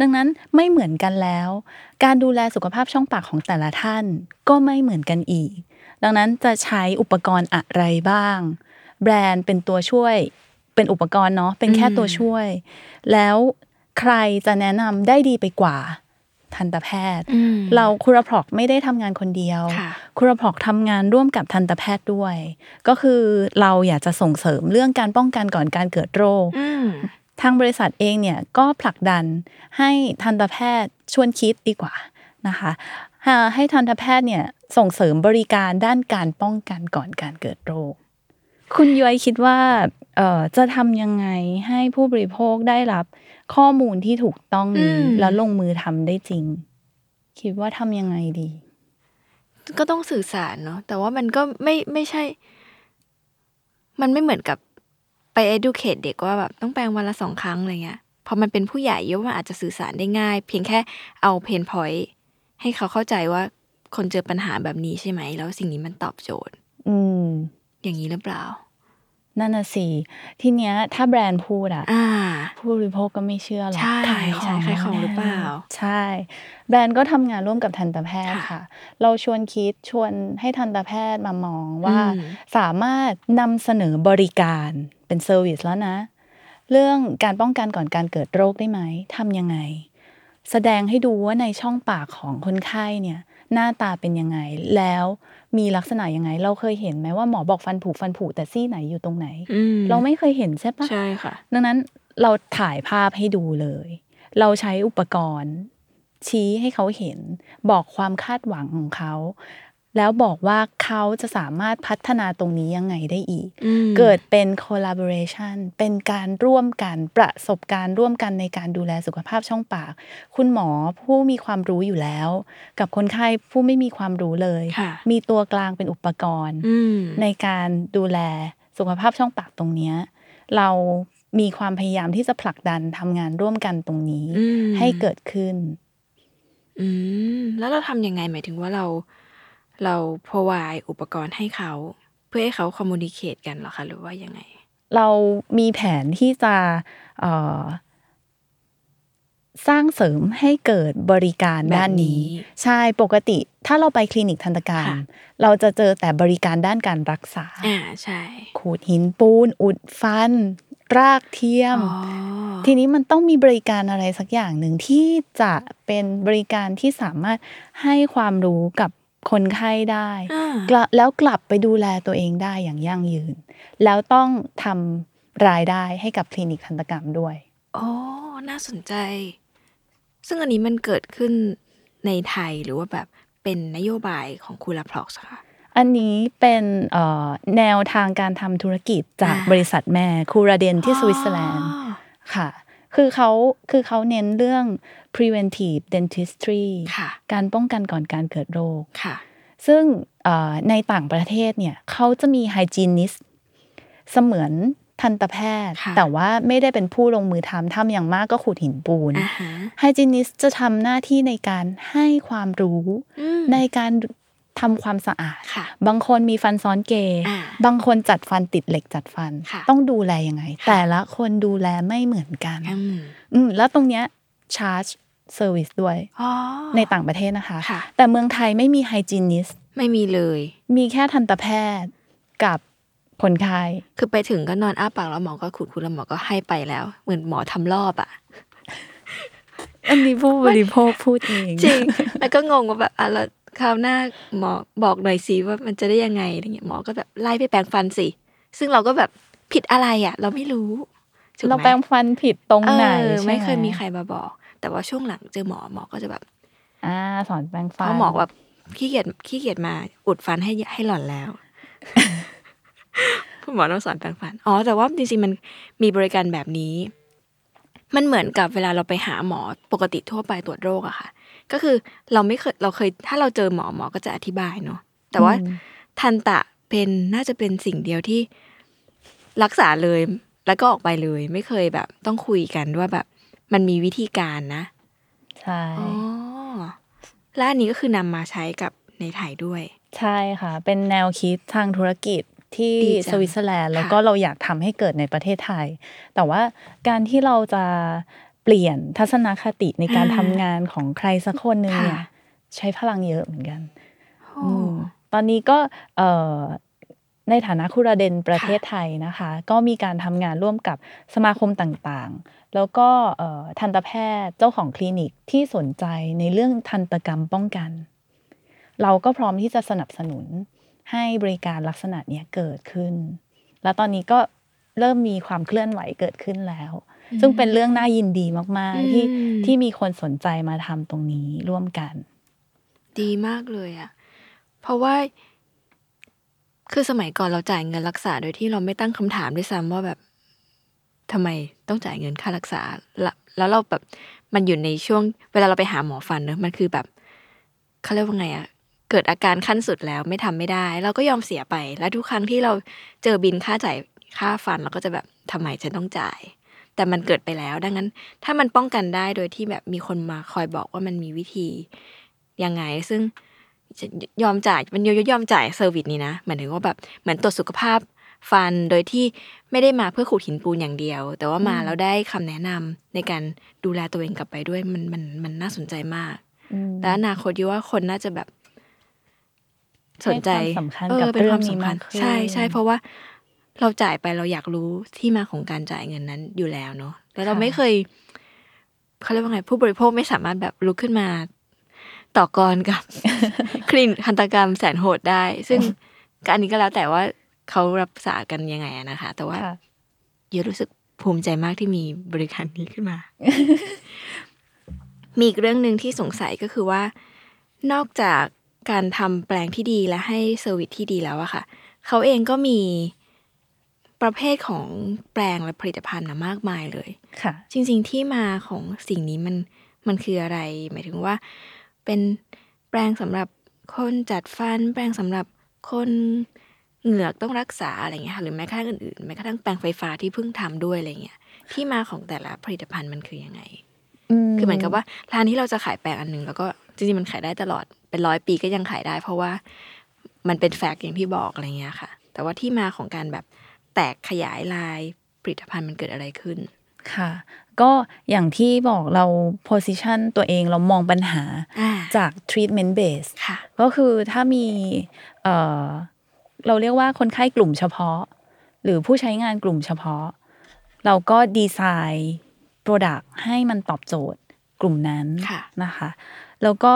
ดังนั้นไม่เหมือนกันแล้ว การดูแลสุขภาพช่องปากของแต่ละท่านก็ไม่เหมือนกันอีก ดังนั้นจะใช้อุปกรณ์อะไรบ้าง แบรนด์เป็นตัวช่วย เป็นอุปกรณ์เนาะเป็นแค่
อืม
ตัวช่วย แล้วใครจะแนะนำได้ดีไปกว่า ทันตแพทย์
อืม
เราคุรพรอกไม่ได้ทำงานคนเดียว
ค่ะ
คุรพรอกทำงานร่วมกับทันตแพทย์ด้วย ก็คือเราอยากจะส่งเสริมเรื่องการป้องกันก่อนการเกิดโรค
อืม
ทางบริษัทเองเนี่ยก็ผลักดันให้ทันตแพทย์ชวนคิดดีกว่านะคะหาให้ทันตแพทย์เนี่ยส่งเสริมบริการด้านการป้องกันก่อนการเกิดโรค คุณย้อยคิดว่าเอ่อจะทำยังไงให้ผู้บริโภคได้รับข้อมูลที่ถูกต้องนี้
อืม
แล้วลงมือทำได้จริง คิดว่าทำยังไงดี
ก็ต้องสื่อสารเนาะแต่ว่ามันก็ไม่ไม่ใช่ มันไม่เหมือนกับไป educate เด็กว่าแบบต้องแปลงวันละสองครั้งอะไรเงี้ยพอมันเป็นผู้ใหญ่เยอะมันอาจจะสื่อสารได้ง่าย เพียงแค่เอาเพนพอยต์ให้เขาเข้าใจว่าคนเจอปัญหาแบบนี้ใช่ไหม แล้วสิ่งนี้มันตอบโจทย์
อืม
อย่างนี้หรือเปล่า
นั่นน่ะสิทีเนี้ยถ้าแบรนด์พูดอะ
อ่า
ผู้บริโภคก็ไม่เชื่อหรอก
ใช่
ขาของ
ใช่ขายของหรือเปล่า
แน่ใช่ แบรนด์ก็ทำงานร่วมกับทันตแพทย์
ค่ะ
ค่ะ เราชวนคิดชวนให้ทันตแพทย์มามองว่า
อืม
สามารถนำเสนอบริการเป็นเซอร์วิสแล้วนะ เรื่องการป้องกันก่อนการเกิดโรคได้ไหมทำยังไง แสดงให้ดูว่าในช่องปากของคนไข้เนี่ย หน้าตาเป็นยังไง แล้วมีลักษณะยังไง เราเคยเห็นไหมว่าหมอบอกฟันผุฟันผุแต่ซี่ไหนอยู่ตรงไหน
อืม
เราไม่เคยเห็นใช่ปะ
ใช่ค่ะ
ดังนั้นเราถ่ายภาพให้ดูเลย เราใช้อุปกรณ์ ชี้ให้เขาเห็น บอกความคาดหวังของเขา แล้วบอกว่าเขาจะสามารถพัฒนาตรงนี้ยังไงได้อีก
อืม
เกิดเป็น collaboration เป็นการร่วมกันประสบการณ์ร่วมกันในการดูแลสุขภาพช่องปาก คุณหมอผู้มีความรู้อยู่แล้ว กับคนไข้ผู้ไม่มีความรู้เลย
ค่ะ
มีตัวกลางเป็นอุปกรณ์
อืม
ในการดูแลสุขภาพช่องปากตรงเนี้ยเรามีความพยายามที่จะผลักดันทำงานร่วมกันตรงนี้
อืม
ให้เกิดขึ้น
อืม แล้วเราทำยังไงหมายถึงว่าเรา เรา provide อุปกรณ์ให้เขา เพื่อให้เขา communicate กันเหรอคะ หรือว่ายังไง
เรามีแผนที่จะเอ่อ สร้างเสริมให้เกิดบริการด้านนี้
แบบนี้
ใช่ปกติถ้าเราไปคลินิกทันตกรรม
ค่ะ
เราจะเจอแต่บริการด้านการรักษา
อ่าใช่
ขูดหินปูน อุดฟัน รากเทียม
อ๋อ
ทีนี้มันต้องมีบริการอะไรสักอย่างหนึ่งที่จะเป็นบริการที่สามารถให้ความรู้กับคนไข้ได้
อ่าก
ละแล้วกลับไปดูแลตัวเองได้อย่างยั่งยืน แล้วต้องทำรายได้ให้กับคลินิกทันตกรรมด้วย
โอ้น่าสนใจ ซึ่งอันนี้มันเกิดขึ้นในไทยหรือว่าแบบเป็นนโยบายของคูลาพล็อกส์ค่ะ
อันนี้เป็นเอ่อแนวทางการทำธุรกิจจาก
อ่า
บริษัทแม่คูราเดนที่สวิตเซอร์แลนด์
อ๋อ
ค่ะ คือเขาคือเขาเน้นเรื่อง preventive dentistry
ค่ะ
การป้องกันก่อนการเกิดโรค
ค่ะ
ซึ่งเอ่อในต่างประเทศเนี่ยเขาจะมี hygienist เสมือนทันตแพทย์
ค่ะ
แต่ว่าไม่ได้เป็นผู้ลงมือทำ ทำอย่างมากก็ขูดหินปูน
อ่าฮะ
hygienist จะทำหน้าที่ในการให้ความรู้
อืม
ในการทำความสะอาด
ค่ะ
บางคนมีฟันซ้อนเกย์
อ่า
บางคนจัดฟันติดเหล็กจัดฟัน
ค่ะ
ต้องดูแลยังไง
ค่ะ
แต่ละคนดูแลไม่เหมือนกัน
อืม
อืมแล้วตรงเนี้ยชาร์จเซอร์วิสด้วย
อ๋อ
ในต่างประเทศนะคะ
ค่ะ
แต่เมืองไทยไม่มีไฮจีนิส
ไม่มีเลย
มีแค่ทันตแพทย์กับคนไข้
คือไปถึงก็นอนอ้าปากแล้วหมอก็ขูดคุณแล้วหมอก็ให้ไปแล้ว เหมือนหมอทำรอบอะ
อันนี้ผู้บริโภคพูดเอง
จริง แล้วก็งงว่าแบบอ่ะแล้วคราวหน้าหมอบอกหน่อยสิว่ามันจะได้ยังไงอะไรเงี้ยหมอก็แบบไล่ไปแปรงฟันสิ ซึ่งเราก็แบบผิดอะไรอะเราไม่รู้ถูกไหม
เราแปลงฟันผิดตรงไหน
เออ
ใช่ห
ไม่เคยมีใครมาบอก แต่ว่าช่วงหลังเจอหมอหมอก็จะแบบ
อ่าสอนแปลง
เพ
ฟัน
ราะหมอแบบขี้เกียจขี้เกียจมาอุดฟันให้ให้หล่อน แล้วคุณหมอต้องสอนแปรงฟันอ๋อแต่ว่าจริงๆมันมีบริการแบบนี้ มันเหมือนกับเวลาเราไปหาหมอปกติทั่วไปตรวจโรคอะค่ะ ก็คือเราไม่เคยเราเคย ถ้าเราเจอหมอหมอก็จะอธิบายเนาะแต่ว่าทันตะเป็นน่าจะเป็นสิ่งเดียวที่รักษาเลยแล้วก็ออกไปเลย ไม่เคยแบบ ต้องคุยกันว่าแบบ มันมีวิธีการนะ
ใช่
อ๋อและอันนี้ก็คือนำมาใช้กับในไทยด้วย
ใช่ค่ะ เป็นแนวคิดทางธุรกิจที่
ดีจัง
สวิตเซอร์แลนด์
ค่ะ
แล้วก็เราอยากทำให้เกิดในประเทศไทย แต่ว่าการที่เราจะเปลี่ยนทัศนคติในการทำงานของใครสักคนหนึ่งเนี่ยใช้พลังเยอะเหมือนกัน อืมตอนนี้ก็เอ่อในฐานะคุราเดนประเทศไทยนะคะ ก็มีการทำงานร่วมกับสมาคมต่างๆ แล้วก็เอ่อทันตแพทย์เจ้าของคลินิกที่สนใจในเรื่องทันตกรรมป้องกัน เราก็พร้อมที่จะสนับสนุนให้บริการลักษณะเนี้ยเกิดขึ้น แล้วตอนนี้ก็เริ่มมีความเคลื่อนไหวเกิดขึ้นแล้ว ซึ่งเป็นเรื่องน่ายินดีมากๆ ที่
อืม
ที่มีคนสนใจมาทำตรงนี้ร่วมกัน
ดีมากเลยอะเพราะว่า คือสมัยก่อนเราจ่ายเงินรักษาโดยที่เราไม่ตั้งคำถามด้วยซ้ำว่าแบบทำไมต้องจ่ายเงินค่ารักษาละแล้วเราแบบมันอยู่ในช่วง เวลาเราไปหาหมอฟันเนอะมันคือแบบเขาเรียกว่าไงอะเกิดอาการขั้นสุดแล้วไม่ทำไม่ได้ เราก็ยอมเสียไป และทุกครั้งที่เราเจอบินค่าจ่ายค่าฟัน เราก็จะแบบทำไมฉันต้องจ่าย แต่มันเกิดไปแล้ว ดังนั้น ถ้ามันป้องกันได้โดยที่แบบมีคนมาคอยบอกว่ามันมีวิธี ยังไง ซึ่งจะยอมจ่ายมันยยอมจ่ายเซอร์วิสนี้นะหมายถึงว่าแบบเหมือนตรวจสุขภาพฟันโดยที่ไม่ได้มาเพื่อขูดหินปูนอย่างเดียว แต่ว่ามาแล้วได้คำแนะนำในการดูแลตัวเองกลับไปด้วยมันมันมันน่าสนใจมาก
อืม
และอนาคตยี่ว่าคนน่าจะแบบสนใจ
ให้ความสำคัญ
เออ
กับ
ป็นควา
เรื่องนี้มากขึ้น
ใช่ใช่เพราะว่าเราจ่ายไปเราอยากรู้ที่มาของการจ่ายเงินนั้นอยู่แล้วเนาะแล้วเราไม่เคยเขาเรียกว่าไงผู้บริโภคไม่สามารถแบบลุกขึ้นมา ต่อกร กับ คลินิกทันตกรรมแสนโหดได้ ซึ่งก็อันนี้ก็แล้วแต่ว่าเขารับษากันยังไงอะนะคะ แต่ว่า
ค่ะ
เยอะรู้สึกภูมิใจมากที่มีบริการนี้ขึ้นมา มีอีกเรื่องหนึ่งที่สงสัยก็คือว่า นอกจากการทำแปลงที่ดีและให้เซอร์วิสที่ดีแล้วอะค่ะ เขาเองก็มีประเภทของแปลงและผลิตภัณฑ์นะมากมายเลย
ค่ะ
จริงๆที่มาของสิ่งนี้มันมันคืออะไร หมายถึงว่า เป็นแปรงสำหรับคนจัดฟัน แปรงสำหรับคนเหงือกต้องรักษาอะไรเงี้ยค่ะหรือแม้กระทั่งอื่นๆแม้กระทั่งแปรงไฟฟ้าที่เพิ่งทำด้วยอะไรเงี้ยที่มาของแต่ละผลิตภัณฑ์มันคือยังไง คือเหมือนกับว่าร้านที่เราจะขายแปรงอันหนึ่งแล้วก็จริงๆมันขายได้ตลอดเป็นร้อยปีก็ยังขายได้ เพราะว่ามันเป็นแฟกต์อย่างที่บอกอะไรเงี้ยค่ะ แต่ว่าที่มาของการแบบแตกขยายลายผลิตภัณฑ์มันเกิดอะไรขึ้น
ค่ะ ก็อย่างที่บอกเรา position ตัวเองเรามองปัญหา
อ่า
จาก treatment base
ค่ะ
ก็คือถ้ามีเอ่อเราเรียกว่าคนไข้กลุ่มเฉพาะ หรือผู้ใช้งานกลุ่มเฉพาะ เราก็ดีไซน์โปรดักต์ให้มันตอบโจทย์กลุ่มนั้น
ค่ะ
นะคะ แล้วก็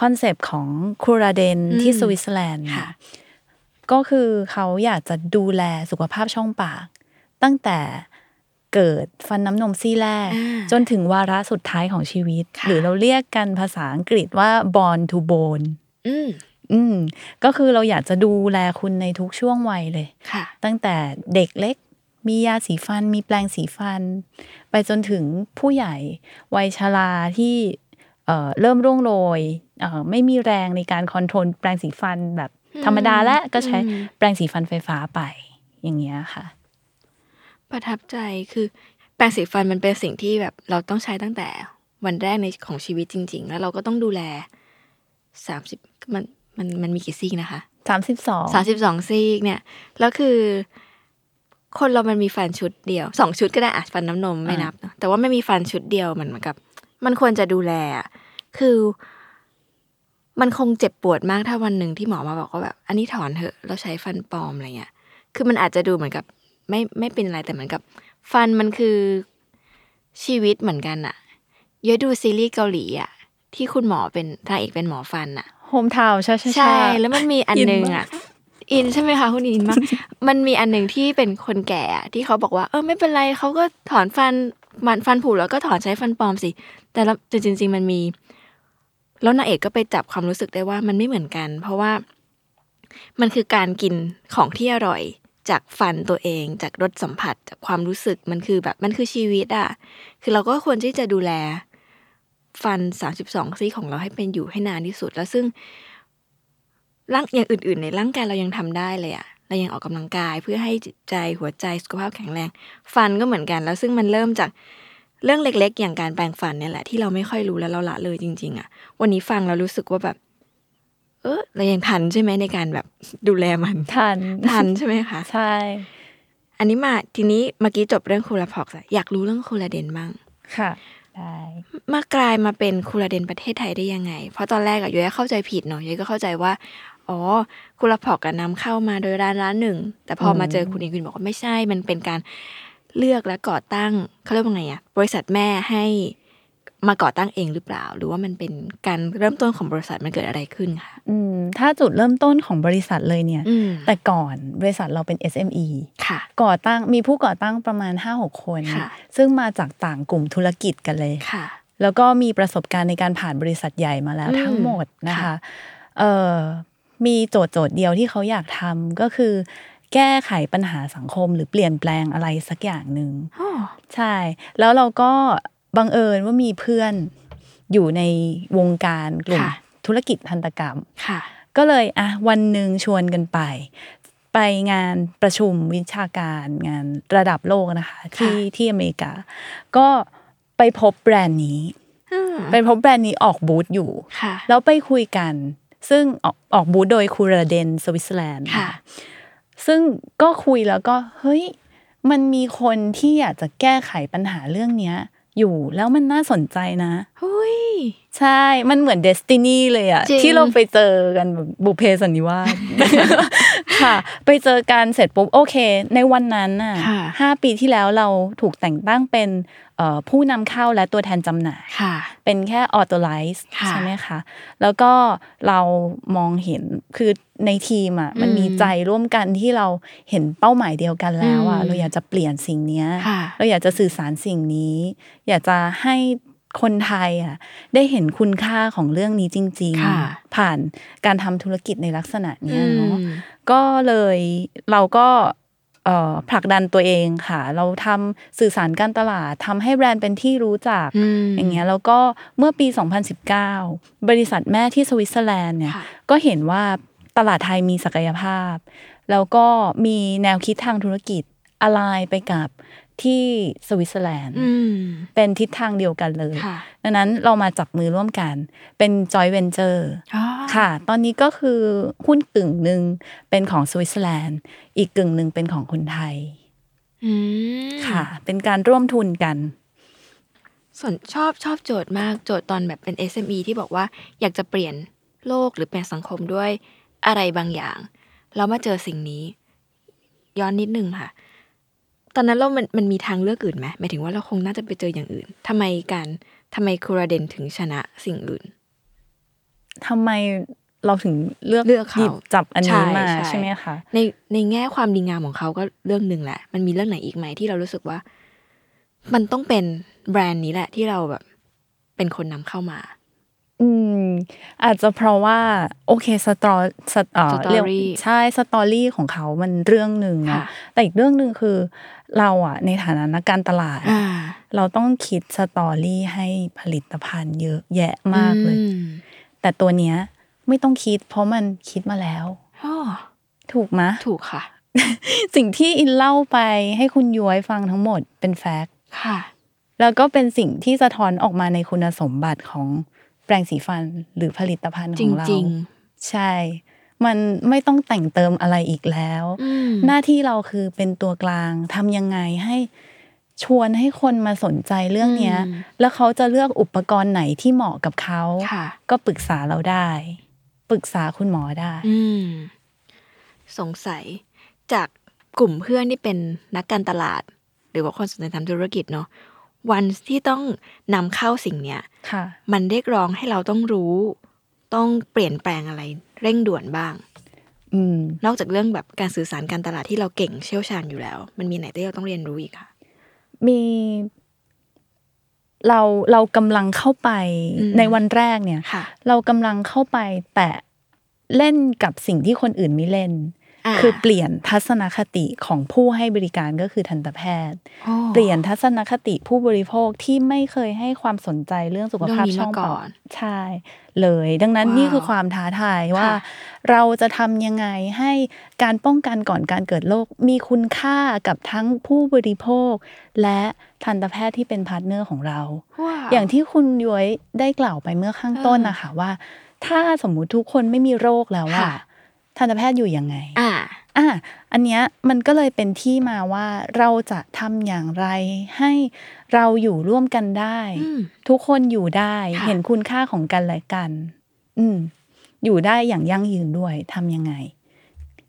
คอนเซปต์ของคูราเดนที่สวิตเซอร์แลนด์เนี่ย
ค่ะ
ก็คือเขาอยากจะดูแลสุขภาพช่องปาก ตั้งแต่เกิดฟันน้ำนมซี่แรก
อ่า
จนถึงวาระสุดท้ายของชีวิต
ค่ะ
หรือเราเรียกกันภาษาอังกฤษว่า born to bone
อืม
อืมก็คือเราอยากจะดูแลคุณในทุกช่วงวัยเลย
ค่ะ
ตั้งแต่เด็กเล็ก มียาสีฟัน มีแปรงสีฟัน ไปจนถึงผู้ใหญ่วัยชราที่เอ่อเริ่มร่วงโรยเอ่อไม่มีแรงในการคอนโทรลแปรงสีฟันแบบธรรมดาและก็ใช้แปรงสีฟันไฟฟ้าไปอย่างเงี้ยค่ะ
ประทับใจคือแปรงสีฟันมันเป็นสิ่งที่แบบเราต้องใช้ตั้งแต่วันแรกในของชีวิตจริง ๆ แล้วเราก็ต้องดูแลสามสิบมันมันมันมีกี่ซี่นะคะ
32
สามสิบสองซี่เนี่ยแล้วคือ คนเรามันมีฟันชุดเดียวสองชุดก็ได้อะฟันน้ำนมไม่นับเนอะแต่ว่าไม่มีฟันชุดเดียวมันเหมือนกับ มันควรจะดูแลอะคือ มันคงเจ็บปวดมากถ้าวันหนึ่งที่หมอมาบอกว่าแบบ อันนี้ถอนเถอะเราใช้ฟันปลอมอะไรเงี้ย คือมันอาจจะดูเหมือนกับ ไม่ไม่เป็นอะไรแต่เหมือนกับ ฟันมันคือชีวิตเหมือนกันอะเยอะดูซีรีส์เกาหลีอะที่คุณหมอเป็นทางเอกเป็นหมอฟันอะ
โฮมทาวใช่ใช่
ใช่ แล้วมันมีอันหนึงอ่ะ อินใช่ไหมคะคุณอิน มาก มันมีอันหนึ่งที่เป็นคนแก่อะที่เขาบอกว่า เออไม่เป็นไรเขาก็ถอนฟันมันฟันผุแล้วก็ถอนใช้ฟันปลอมสิ แต่ละแต่จริง ๆ มันมี แล้วนางเอกก็ไปจับความรู้สึกได้ว่ามันไม่เหมือนกัน เพราะว่า มันคือการกินของที่อร่อย จากฟันตัวเอง จากรสสัมผัสจากความรู้สึกมันคือแบบมันคือชีวิตอ่ะ คือเราก็ควรที่จะดูแล ฟัน 32 ซี่ของเราให้เป็นอยู่ให้นานที่สุด แล้วซึ่ง ร่างอย่างอื่น ๆ ในร่างกายเรายังทำได้เลยอะเรายังออกกำลังกายเพื่อให้จิตใจหัวใจสุขภาพแข็งแรง ฟันก็เหมือนกัน แล้วซึ่งมันเริ่มจากเรื่องเล็ก ๆ อย่างการแปรงฟันเนี่ยแหละที่เราไม่ค่อยรู้แล้วเราละเลยจริง ๆอะวันนี้ฟังเรารู้สึกว่าแบบ เออเรายังทันใช่ไหมในการแบบ ดูแลมัน
ทัน
ทันใช่ไหมคะ
ใช่
อันนี้มาทีนี้เมื่อกี้จบเรื่องคูลาพอกซ์อะอยากรู้เรื่องคูลาเดนบ้าง
ค่ะได้
มากลายมาเป็นคูลาเดนประเทศไทยได้ยังไง เพราะตอนแรกอะยุ้ยเข้าใจผิดเนาะยุ้ยก็เข้าใจว่า อ๋อคูลาพอกกันนำเข้ามาโดยร้านร้านหนึ่ง แต่พอมาเจอคุณอิงคุณบอกว่าไม่ใช่ มันเป็นการเลือกและก่อตั้งเขาเรียกว่าไงอะบริษัทแม่ให้มาก่อตั้งเองหรือเปล่า หรือว่ามันเป็นการเริ่มต้นของบริษัทมันเกิดอะไรขึ้นคะ
อืมถ้าจุดเริ่มต้นของบริษัทเลยเนี่ย
อืม
แต่ก่อนบริษัทเราเป็น SME
ค่ะ
ก่อตั้งมีผู้ก่อตั้งประมาณ 5-6 คน
ค่ะ
ซึ่งมาจากต่างกลุ่มธุรกิจกันเลย
ค่ะ
แล้วก็มีประสบการณ์ในการผ่านบริษัทใหญ่มาแล้ว
อืม
ทั้งหมดนะคะ
ค่ะ
เอ่อมีโจทย์โจทย์เดียวที่เขาอยากทำก็คือ แก้ไขปัญหาสังคมหรือเปลี่ยนแปลงอะไรสักอย่างหนึ่ง
อ๋อ
ใช่ แล้วเราก็บังเอิญว่ามีเพื่อนอยู่ในวงการกลุ่ม
ค่ะ
ธุรกิจทันตกรรม
ค่ะ
ก็เลยอ่ะวันหนึ่งชวนกันไป ไปงานประชุมวิชาการงานระดับโลกนะคะ ที่ที่อเมริกา ก็ไปพบแบรนด์นี้
อืม
ไปพบแบรนด์นี้ออกบูธอยู่
ค่ะ
แล้วไปคุยกัน ซึ่งออกออกบูธโดยคูราเดนสวิตเซอร์แลนด์
ค่ะ
ซึ่งก็คุยแล้วก็เฮ้ย มันมีคนที่อยากจะแก้ไขปัญหาเรื่องเนี้ย อยู่แล้วมันน่าสนใจนะ
หุย
ใช่ มันเหมือนเดสตินีเลยอะ
จริง
ที่เราไปเจอกันแบบบุพเพสันนิวาส ค่ะ ไปเจอกันเสร็จปุ๊บโอเค ในวันนั้นน่ะ
ค่ะ
ห้าปีที่แล้วเราถูกแต่งตั้งเป็นเอ่อผู้นำเข้าและตัวแทนจำหน่าย
ค่ะ
เป็นแค่ออโตไลซ์
ค่ะ
ใช่ไหมคะ แล้วก็เรามองเห็นคือในทีมอ่ะมันมี
อืม
ใจร่วมกันที่เราเห็นเป้าหมายเดียวกันแล้วอ่ะ
อืม
เราอยากจะเปลี่ยนสิ่งเนี้ย
ค่ะ
เราอยากจะสื่อสารสิ่งนี้ อยากจะให้คนไทยอ่ะได้เห็นคุณค่าของเรื่องนี้จริง
ค่ะ
ๆ ผ่านการทำธุรกิจในลักษณะเนี้ยเนาะ
อืม
ก็เลยเราก็เอ่อผลักดันตัวเองค่ะ เราทำสื่อสารการตลาดทำให้แบรนด์เป็นที่รู้จัก
อืม
อย่างเงี้ยแล้วก็เมื่อปี 2019 บริษัทแม่ที่สวิตเซอร์แลนด์เนี่ย
ค่ะ
ก็เห็นว่าตลาดไทยมีศักยภาพ แล้วก็มีแนวคิดทางธุรกิจอะไรไปกับที่สวิตเซอร์แลนด์
อืม
เป็นทิศทางเดียวกันเลย
ค่ะ
ดังนั้นเรามาจับมือร่วมกันเป็น joint venture
อ๋อ
ค่ะ ตอนนี้ก็คือหุ้นกึ่งหนึ่งเป็นของสวิตเซอร์แลนด์ อีกกึ่งหนึ่งเป็นของคนไทย
อืม
ค่ะ เป็นการร่วมทุนกัน
ส่วนชอบชอบโจทย์มากโจทย์ตอนแบบเป็น SME ที่บอกว่าอยากจะเปลี่ยนโลกหรือเปลี่ยนสังคมด้วยอะไรบางอย่าง แล้วมาเจอสิ่งนี้ ย้อนนิดนึงค่ะ ตอนนั้นเรามันมันมีทางเลือกอื่นไหมหมายถึงว่าเราคงน่าจะไปเจออย่างอื่นทำไมการทำไมคูราเดนถึงชนะสิ่งอื่น
ทำไมเราถึงเลือก
เลือกเขา
หยิบจับอันนี้มา
ใช่
ใช่ไหมคะ
ในในแง่ความดีงามของเขาก็เรื่องหนึ่งแหละ มันมีเรื่องไหนอีกไหมที่เรารู้สึกว่า มันต้องเป็นแบรนด์นี้แหละ ที่เราแบบ เป็นคนนำเข้ามา
อืมอาจจะเพราะว่า โอเคสตอสตอ
สตอรี่
เรียกใช่สตอรี่ของเขามันเรื่องหนึ่งเนาะ
ค่ะ
แต่อีกเรื่องหนึ่งคือ เราอะในฐานะนักการตลาดอะ
อ่า
เราต้องคิดสตอรี่ให้ผลิตภัณฑ์เยอะแยะมากเลย
อืม
แต่ตัวเนี้ยไม่ต้องคิด เพราะมันคิดมาแล้ว
โอ้
ถูกไหมะ
ถูกค่ะ
สิ่งที่อินเล่าไปให้คุณย้อยฟังทั้งหมดเป็นแฟกต์
ค่ะ
แล้วก็เป็นสิ่งที่สะท้อนออกมาในคุณสมบัติของแปรงสีฟันหรือผลิตภัณฑ์ข
จ
องเรา
ริง
ใช่ มันไม่ต้องแต่งเติมอะไรอีกแล้ว
ๆ อืม
หน้าที่เราคือเป็นตัวกลางทำยังไงให้ชวนให้คนมาสนใจเรื่องเนี้ย แล้วเขาจะเลือกอุปกรณ์ไหนที่เหมาะกับเขา
ค่ะ
ก็ปรึกษาเราได้ ปรึกษาคุณหมอได้
อืม สงสัยจากกลุ่มเพื่อนที่เป็นนักการตลาด หรือว่าคนสนใจทำธุรกิจเนาะวันที่ต้องนำเข้าสิ่งเนี้ย
ค่ะ
มันเรียกร้องให้เราต้องรู้ ต้องเปลี่ยนแปลงอะไร เร่งด่วนบ้าง
อืม
นอกจากเรื่องแบบการสื่อสารการตลาดที่เราเก่งเชี่ยวชาญอยู่แล้ว มันมีไหนที่เราต้องเรียนรู้อีกคะ
มีเราเรากำลังเข้าไป
อืม
ในวันแรกเนี่ย
ค่ะ
เรากำลังเข้าไปแต่เล่นกับสิ่งที่คนอื่นไม่เล่น
า
คือเปลี่ยนทัศนคติของผู้ให้บริการก็คือทันตแพทย์
โอ้
เปลี่ยนทัศนคติผู้บริโภคที่ไม่เคยให้ความสนใจเรื่องสุข
เรื่อง
ภาพ
นี้
ช่อ
มาง ก่
ปา
อก น
ใช่เลย ดังนั้น
ว้าว
นี่คือความท้าทายว่า
ค่ะ
เราจะทำยังไงให้การป้องกันก่อนการเกิดโรคมีคุณค่ากับทั้งผู้บริโภค และทันตแพทย์ที่เป็นพาร์ทเนอร์ของเรา
ว้ว
อย่างที่คุณย้อยได้กล่าวไปเมื่อข้างต้นนะคะว่า ถ้าสมมุติทุกคนไม่มีโรคแล้วว่า
ค่ะ
ทันตแพทย์อยู่ยังไง
อ่า
อ่ะอันเนี้ยมันก็เลยเป็นที่มาว่าเราจะทำอย่างไรให้เราอยู่ร่วมกันได้
อืม
ทุกคนอยู่ได้
ค่ะ
เห็นคุณค่าของกันและกัน อืม อยู่ได้อย่างยั่งยืนด้วยทำยังไง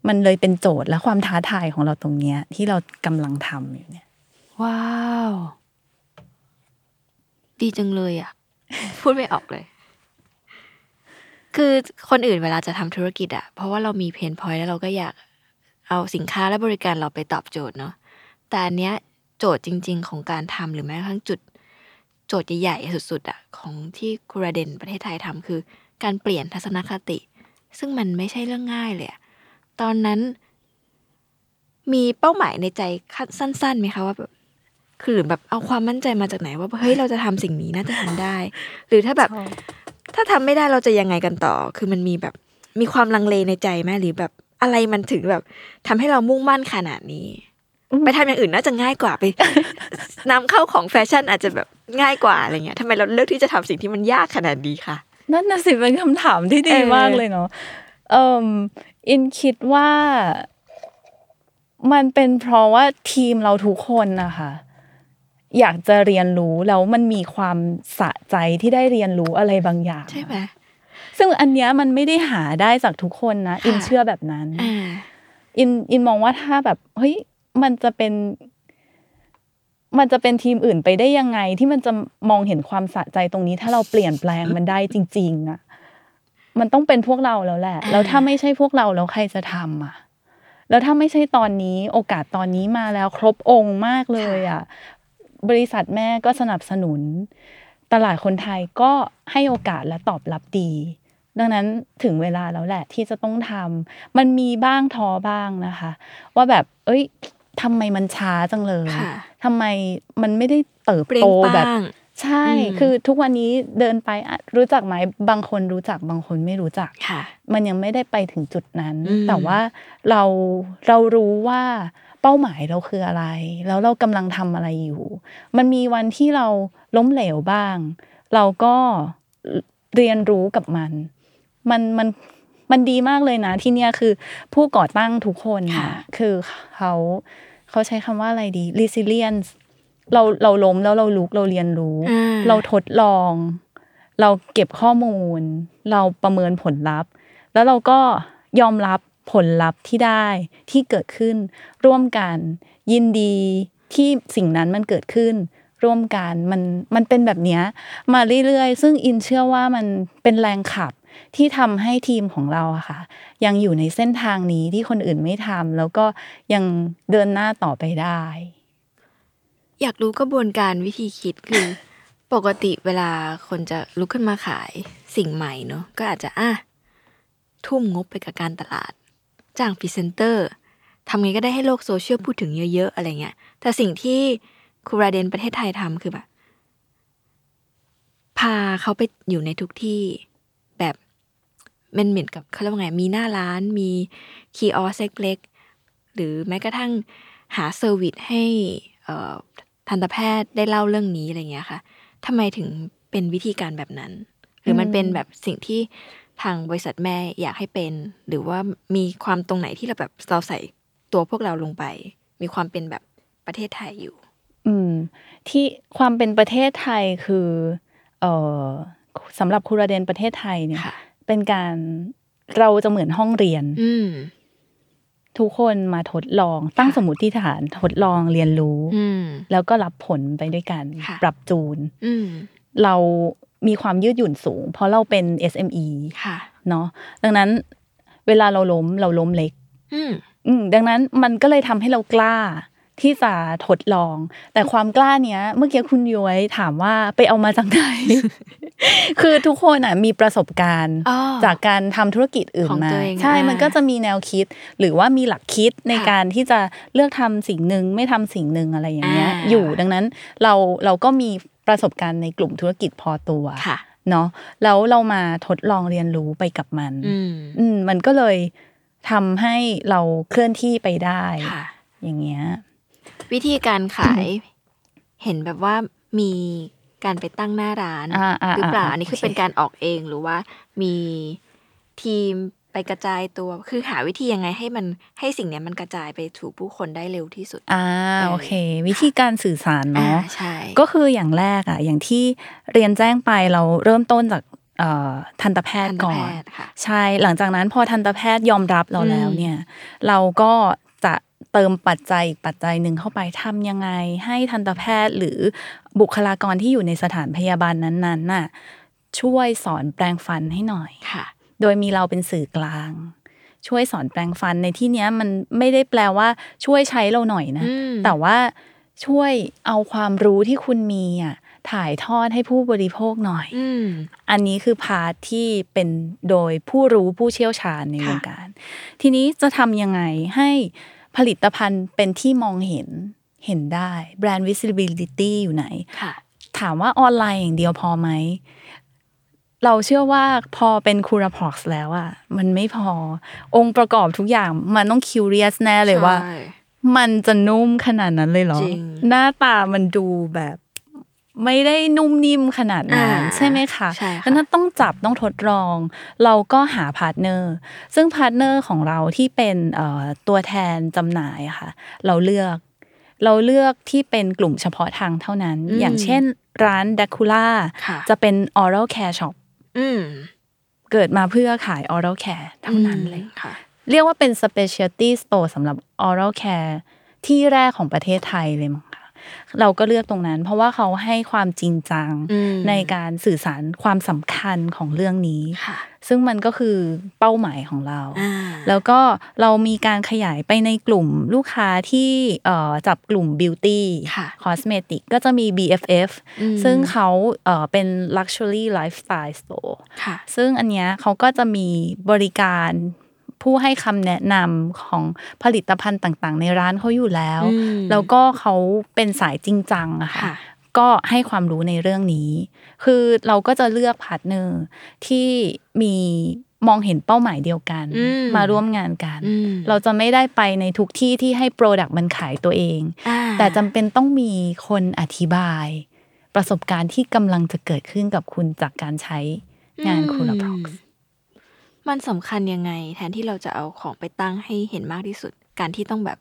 มันเลยเป็นโจทย์และความท้าทายของเราตรงเนี้ย ที่เรากำลังทำอยู่เนี่ย
ว้าว ดีจังเลยอ่ะ พูดไม่ออกเลย คือคนอื่นเวลาจะทำธุรกิจอะเพราะว่าเรามีเพนพอยแล้วเราก็อยากเอาสินค้าและบริการเราไปตอบโจทย์เนาะแต่อันเนี้ยโจทย์จริง ๆ ของการทำหรือแม้กระทั่งจุด โจทย์ใหญ่ๆสุดๆอะของที่คูราเดนประเทศไทยทำคือ การเปลี่ยนทัศนคติ ซึ่งมันไม่ใช่เรื่องง่ายเลยอะตอนนั้น มีเป้าหมายในใจขั้นสั้นๆไหมคะว่าแบบ คือแบบเอาความมั่นใจมาจากไหน ว่าเฮ้ยเราจะทำสิ่งนี้น่าจะทำ ได้ หรือถ้าแบบ ถ้าทำไม่ได้เราจะยังไงกันต่อ คือมันมีแบบมีความลังเลในใจไหมหรือแบบอะไรมันถึงแบบทำให้เรามุ่งมั่นขนาดนี้ ไปทำอย่างอื่นน่าจะง่ายกว่า ไป นำเข้าของแฟชั่นอาจจะแบบง่ายกว่าอะไรเงี้ยทำไมเราเลือกที่จะทำสิ่งที่มันยากขนาดนี้คะ
นั่นน่ะสิเป็นคำถามที่ดี
เออ
มากเลยเนาะเอิมอินคิดว่า มันเป็นเพราะว่าทีมเราทุกคนนะคะ อยากจะเรียนรู้แล้วมันมีความสะใจที่ได้เรียนรู้อะไรบางอย่าง
ใช่ไหม
ซึ่งอันเนี้ยมันไม่ได้หาได้จากทุกคนนะ อิน
ค่ะ
เชื่อแบบนั้น
อ่า
อินอินมองว่าถ้าแบบเฮ้ยมันจะเป็น มันจะเป็นทีมอื่นไปได้ยังไง ที่มันจะมองเห็นความสะใจตรงนี้ ถ้าเราเปลี่ยนแปลงมันได้จริง ๆอะมันต้องเป็นพวกเราแล้วแหละ
อ่า
แล้วถ้าไม่ใช่พวกเราแล้วใครจะทำอ่ะ แล้วถ้าไม่ใช่ตอนนี้ โอกาสตอนนี้มาแล้วครบองค์มากเลยอ่ะ บริษัทแม่ก็สนับสนุน ตลาดคนไทยก็ให้โอกาสและตอบรับดี ดังนั้นถึงเวลาแล้วแหละที่จะต้องทำมันมีบ้างท้อบ้างนะคะ ว่าแบบ เอ้ยทำไมมันช้าจังเลย
ค่ะ
ทำไมมันไม่ได้เติบ
เปลี่ย
โต
น
แบบ
บ้าง
ใช่
อืม
คือทุกวันนี้เดินไปอ่ะรู้จักไหมบางคนรู้จักบางคนไม่รู้จัก
ค่ะ
มันยังไม่ได้ไปถึงจุดนั้น
อืม
แต่ว่าเราเรารู้ว่าเป้าหมายเราคืออะไร แล้วเรากำลังทำอะไรอยู่ มันมีวันที่เราล้มเหลวบ้าง เราก็เรียนรู้กับมัน มันมันมันดีมากเลยนะที่เนี่ยคือผู้ก่อตั้งทุกคนน่ะคือเขา เขาใช้คำว่าอะไรดี resilience เราเราล้มแล้วเราลุกเราเรียนรู้
อ่า
เราทดลอง เราเก็บข้อมูล เราประเมินผลลัพธ์ แล้วเราก็ยอมรับผลลัพธ์ที่ได้ที่เกิดขึ้น ร่วมกันยินดีที่สิ่งนั้นมันเกิดขึ้น ร่วมกันมันมันเป็นแบบเนี้ยมาเรื่อยๆ ซึ่งอินเชื่อว่ามันเป็นแรงขับที่ทำให้ทีมของเราอะค่ะ ยังอยู่ในเส้นทางนี้ที่คนอื่นไม่ทำแล้วก็ยังเดินหน้าต่อไปได้
อยากรู้กระบวนการวิธีคิดคือ ปกติเวลาคนจะลุกขึ้นมาขายสิ่งใหม่เนอะก็อาจจะอ่ะทุ่มงบไปกับการตลาด จ้างพรีเซนเตอร์ทำไงก็ได้ให้โลกโซเชียลพูดถึงเยอะ ๆ อะไรเงี้ย แต่สิ่งที่ครูราเดนประเทศไทยทำคือแบบ พาเขาไปอยู่ในทุกที่แบบมันเหมือนกับเขาเรียกว่าไง มีหน้าร้านมีคีออสเล็กๆหรือแม้กระทั่งหาเซอร์วิสให้เอ่อทันตแพทย์ได้เล่าเรื่องนี้อะไรเงี้ยค่ะทำไมถึงเป็นวิธีการแบบนั้น หรือมันเป็นแบบสิ่งที่ทางบริษัทแม่อยากให้เป็น หรือว่ามีความตรงไหนที่เราแบบเราใส่ตัวพวกเราลงไป มีความเป็นแบบประเทศไทยอยู่
อืมที่ความเป็นประเทศไทยคือเอ่อสำหรับครูระเดนประเทศไทยเนี่ย
ค่ะ
เป็นการเราจะเหมือนห้องเรียน
อืม
ทุกคนมาทดลองตั้ง
ค่ะ
สมมติฐานทดลองเรียนรู้
อืม
แล้วก็รับผลไปด้วยกัน
ค่ะ
ปรับจูน
อืม
เรามีความยืดหยุ่นสูง เพราะเราเป็น SME
ค่ะ
เนาะดังนั้นเวลาเราล้มเราล้มเล็ก
อืม
อืมดังนั้นมันก็เลยทำให้เรากล้าที่จะทดลอง แต่ความกล้าเนี้ย เมื่อกี้คุณย้อยถามว่าไปเอามา จากไหน คือทุกคนอ่ะมีประสบการณ์
อ๋อ
จากการทำธุรกิจอื่น
ของ
มา
ตัวเอง
ใช่
อ่ามั
มันก็จะมีแนวคิด หรือว่ามีหลักคิดใน
ค่ะ
การที่จะเลือกทำสิ่งหนึ่งไม่ทำสิ่งหนึ่งอะไรอย่างเงี้ย
อ่า
อยู่ดังนั้นเราเราก็มีประสบการณ์ในกลุ่มธุรกิจพอตัว
ค่ะ
เนาะแล้วเรามาทดลองเรียนรู้ไปกับมัน
อืม
อืมมันก็เลยทำให้เราเคลื่อนที่ไปได้
ค่ะ
อย่างเงี้ย
วิธีการขาย เห็นแบบว่ามีการไปตั้งหน้าร้าน
อ่าอ่า
หรือเปล่า
อ่า
อันนี้คือ
โอเค
เป็นการออกเองหรือว่ามีทีมไปกระจายตัวคือหาวิธียังไงให้มันให้สิ่งเนี้ยมันกระจายไปถูกผู้คนได้เร็วที่สุด
อ่า
เออ
โอเค วิธีการสื่อสาร
อ่า
เนาะ
ใช่
ก็คืออย่างแรกอะอย่างที่เรียนแจ้งไปเราเริ่มต้นจากเอ่อทันตแพท
ทั
ย์
นต
ก่อ
แพ
น
ทย์ค่ะ
ใช่หลังจากนั้นพอทันตแพทย์ยอมรับเราแล้ว
อืม
เนี่ย เราก็จะเติมปัจจัยอีกปัจจัยหนึ่งเข้าไปทำยังไง ให้ทันตแพทย์หรือบุคลากรที่อยู่ในสถานพยาบาลนั้นๆน่ะช่วยสอนแปลงฟันให้หน่อย
ค่ะ
โดยมีเราเป็นสื่อกลาง ช่วยสอนแปลงฟันในที่เนี้ยมันไม่ได้แปลว่าช่วยใช้เราหน่อยนะ
อืม
แต่ว่าช่วยเอาความรู้ที่คุณมีอ่ะถ่ายทอดให้ผู้บริโภคหน่อย
อืม
อันนี้คือพาร์ทที่เป็นโดยผู้รู้ผู้เชี่ยวชาญในว
ค่ะ
งการ ทีนี้จะทำยังไงให้ผลิตภัณฑ์เป็นที่มองเห็นเห็นได้แบรนด์ visibility อยู่ไหน
ค่ะ
ถามว่าออนไลน์อย่างเดียวพอไหม เราเชื่อว่าพอเป็นคูราพร็อกซ์แล้วอะมันไม่พอองค์ประกอบทุกอย่างมันต้องคิวเรียสแน่เลยว่า
ใช่
มันจะนุ่มขนาดนั้นเลยเหรอ
จริง
หน้าตามันดูแบบ ไม่ได้นุ่มนิ่มขนาดนั้น
อ่า
ใช่ไหมคะ
ใช่ค่ะ
ดังนั้นต้องจับต้องทดลอง เราก็หาพาร์ทเนอร์ ซึ่งพาร์ทเนอร์ของเราที่เป็นเอ่อตัวแทนจำหน่ายอะค่ะ เราเลือก เราเลือกที่เป็นกลุ่มเฉพาะทางเท่านั้น อย่างเช่น ร้านดักคูล่า
ค่ะ
จะเป็น oral care shop
อืม
เกิดมาเพื่อขาย oral care เท่านั้นเลย
ค่ะ
เรียกว่าเป็น specialty store สำหรับ oral care ที่แรกของประเทศไทยเลยมั้งคะเราก็เลือกตรงนั้น เพราะว่าเขาให้ความจริงจัง
อืม
ในการสื่อสารความสำคัญของเรื่องนี้
ค่ะ
ซึ่งมันก็คือเป้าหมายของเรา
อ่า
แล้วก็เรามีการขยายไปในกลุ่มลูกค้าที่เอ่อจับกลุ่ม beauty
ค่ะ
คอสเมติกก็จะมี BFF
อืม
ซึ่งเขาเอ่อเป็น luxury lifestyle store
ค่ะ
ซึ่งอันเนี้ยเขาก็จะมีบริการผู้ให้คำแนะนำของผลิตภัณฑ์ต่างๆ ในร้านเขาอยู่แล้ว
อืม
แล้วก็เขาเป็นสายจริงจังอะค่ะ
ค่ะ
ก็ให้ความรู้ในเรื่องนี้ คือเราก็จะเลือกพาร์ทเนอร์ที่มีมองเห็นเป้าหมายเดียวกัน
อืม
มาร่วมงานกัน
อืม
เราจะไม่ได้ไปในทุกที่ที่ให้โปรดักต์มันขายตัวเอง
อ่า
แต่จำเป็นต้องมีคนอธิบาย ประสบการณ์ที่กำลังจะเกิดขึ้นกับคุณจากการใช้งานคุณพร็อก
มมันสำคัญยังไง แทนที่เราจะเอาของไปตั้งให้เห็นมากที่สุด การที่ต้องแบบ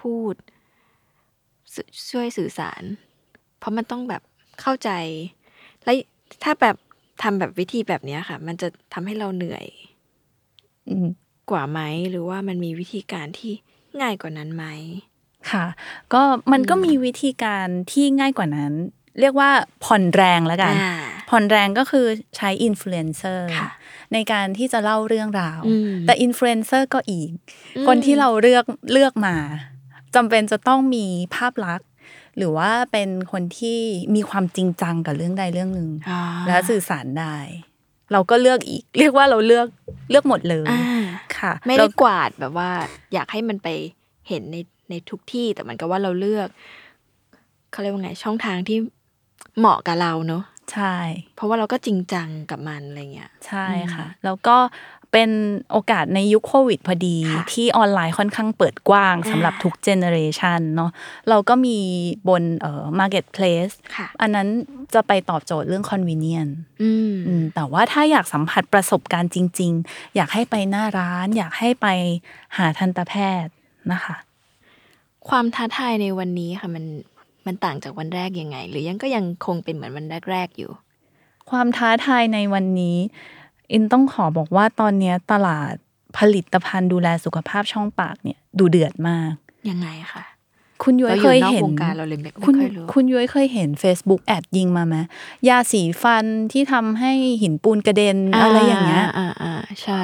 พูด สื่อช่วยสื่อสาร เพราะมันต้องแบบเข้าใจ และถ้าแบบทำแบบวิธีแบบเนี้ยค่ะ มันจะทำให้เราเหนื่อย
อืม
กว่าไหม หรือว่ามันมีวิธีการที่ง่ายกว่านั้นไหม
ค่ะก็มันก็มีวิธีการที่ง่ายกว่านั้น เรียกว่าผ่อนแรงแล้วกัน
อ่า
ผ่อนแรงก็คือใช้อินฟลูเอนเซอร์
ค่ะ
ในการที่จะเล่าเรื่องราว
อืม
แต่อินฟลูเอนเซอร์ก็อีก
อืม
คนที่เราเลือกเลือกมาจำเป็นจะต้องมีภาพลักษณ์ หรือว่าเป็นคนที่มีความจริงจังกับเรื่องใดเรื่องหนึ่ง
อ่า
และสื่อสารได้ เราก็เลือกอีก เรียกว่าเราเลือกเลือกหมดเลย
อ่า
ค่ะ
ไม่
แล้
ได้
ว
กวาดแบบว่า อยากให้มันไปเห็นในในทุกที่แต่มันก็ว่าเราเลือกเขาเรียกว่าไงช่องทางที่เหมาะกับเราเนอะ
ใช่
เพราะว่าเราก็จริงจังกับมันอะไรเงี้ย
ใช่ค่ะ แล้วก็เป็นโอกาสในยุคโควิดพอดี
ค่ะ
ที่ออนไลน์ค่อนข้างเปิดกว้าง
อ่า
สำหรับทุกเจเนอเรชันเนาะเราก็มีบนเอ่อ marketplace
ค่ะ
อันนั้นจะไปตอบโจทย์เรื่อง convenience
อืม
อืมแต่ว่าถ้าอยากสัมผัสประสบการณ์จริง ๆ อยากให้ไปหน้าร้าน อยากให้ไปหาทันตแพทย์นะคะ
ความท้าทายในวันนี้ค่ะมันมันต่างจากวันแรกยังไง หรือยังก็ยังคงเป็นเหมือนวันแรกๆอยู่
ความท้าทายในวันนี้ อินต้องขอบอกว่าตอนเนี้ยตลาดผลิตภัณฑ์ดูแลสุขภาพช่องปากเนี่ยดูเดือดมาก
ยังไงคะ
คุณย้อย
เราอ
เค
ยู่
ย
นอก
เห็น
วงการเราเลยไม่ไม่
คุณ
ค่อยรู้
คุณย้อยเคยเห็น Facebook แอดยิงมาไหมยาสีฟันที่ทำให้หินปูนกระเด็นอะไรอย่างเงี้ย
อ่าอ่าอ่าใช่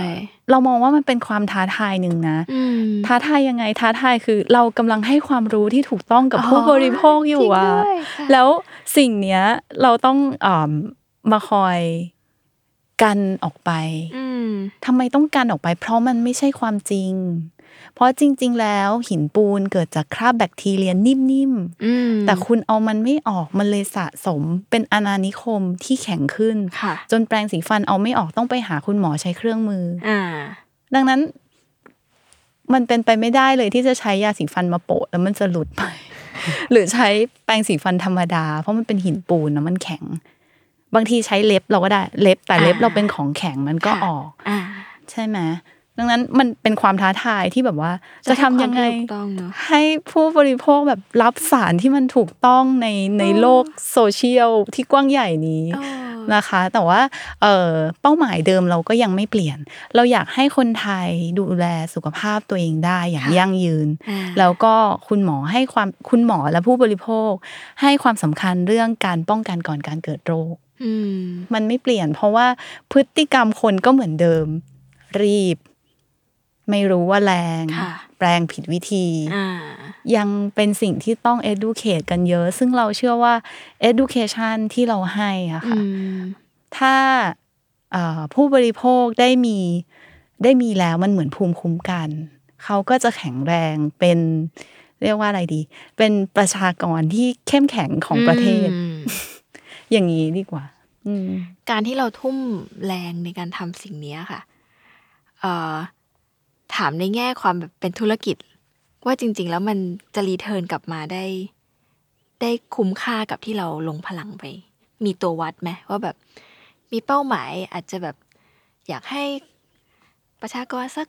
เรามองว่ามันเป็นความท้าทายหนึ่งนะ
อืม
ท้าทายยังไงท้าทายคือเรากำลังให้ความรู้ที่ถูกต้องกับ
อ๋อ
ผู้บริโภคอยู่
จริง
อะ
ด้วยค่ะ
แล้วสิ่งเนี้ยเราต้องอมมาคอยกันออกไป
อืม
ทำไมต้องการออกไป เพราะมันไม่ใช่ความจริง เพราะจริง ๆ แล้วหินปูนเกิดจากคราบแบคทีเรียนิ่ม
อืม
ๆ แต่คุณเอามันไม่ออกมันเลยสะสมเป็นอนานิคมที่แข็งขึ้น
ค่ะ
จนแปรงสีฟันเอาไม่ออกต้องไปหาคุณหมอใช้เครื่องมือ
อ่า
ดังนั้น มันเป็นไปไม่ได้เลยที่จะใช้ยาสีฟันมาโปะแล้วมันจะหลุ ดไป หรือใช้แปรงสีฟันธรรมดา เพราะมันเป็นหินปูนนะมันแข็ง บางทีใช้เล็บเราก็ได้เล็บ แต่เล็บ
อ่า
เราเป็นของแข็งมันก็ออก
อ่า
ใช่ไหมดังนั้นมันเป็นความท้าทายที่แบบว่า จะทำยังไง
ให้ความถูกต้องเนอะ
ให้ผู้บริโภคแบบรับสารที่มันถูกต้องในในโลกโซเชียลที่กว้างใหญ่นี้
อ๋อ
นะคะ แต่ว่าเอ่อเป้าหมายเดิมเราก็ยังไม่เปลี่ยน เราอยากให้คนไทยดูแลสุขภาพตัวเองได้อย่างยั่งยืน
อ่า
แล้วก็คุณหมอให้ความคุณหมอและผู้บริโภค ให้ความสำคัญเรื่องการป้องกันก่อนการเกิดโรค
อืม
มันไม่เปลี่ยนเพราะว่าพฤติกรรมคนก็เหมือนเดิม รีบ ไม่รู้ว่าแรง
ค่ะ
แปลงผิดวิธี
อ่า
ยังเป็นสิ่งที่ต้อง educate กันเยอะ ซึ่งเราเชื่อว่า education ที่เราให้อะ
อื
ค่ะ
ม
ถ้าเอ่อผู้บริโภคได้มีได้มีแล้วมันเหมือนภูมิคุ้มกัน เขาก็จะแข็งแรงเป็นเรียกว่าอะไรดี เป็นประชากรที่เข้มแข็งของประเทศ
อืม
อย่างนี้ดีกว่า อืม
การที่เราทุ่มแรงในการทำสิ่งเนี้ยค่ะเอ่อถามในแง่ความแบบเป็นธุรกิจ ว่าจริง ๆ แล้วมันจะรีเทิร์นกลับมาได้ ได้คุ้มค่ากับที่เราลงพลังไป มีตัววัดไหมว่าแบบมีเป้าหมายอาจจะแบบ อยากให้ประชากรสัก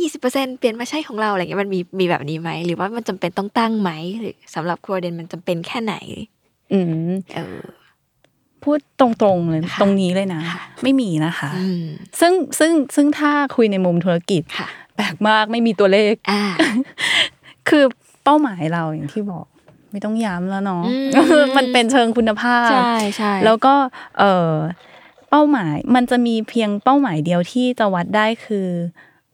ยี่สิบเปอร์เซ็นเปลี่ยนมาใช้ของเราอะไรเงี้ยมันมีมีแบบนี้ไหมหรือว่ามันจำเป็นต้องตั้งไหมหรือสำหรับครัวเดนมันจำเป็นแค่ไหน
อืม
เออ
พูดตรงๆเลย
ค่ะ
ตรงนี้เลยนะ
ค่ะ
ไม่มีนะคะ
อืม
ซึ่งซึ่งซึ่งถ้าคุยในมุมธุรกิจ
ค่ะ
แปลกมากไม่มีตัวเลข
อ่า
คือเป้าหมายเราอย่างที่บอก ไม่ต้องย้ำแล้วเนาะ
อืม
มันเป็นเชิงคุณภาพ
ใช่ใช่
แล้วก็เออเป้าหมายมันจะมีเพียงเป้าหมายเดียวที่จะวัดได้คือ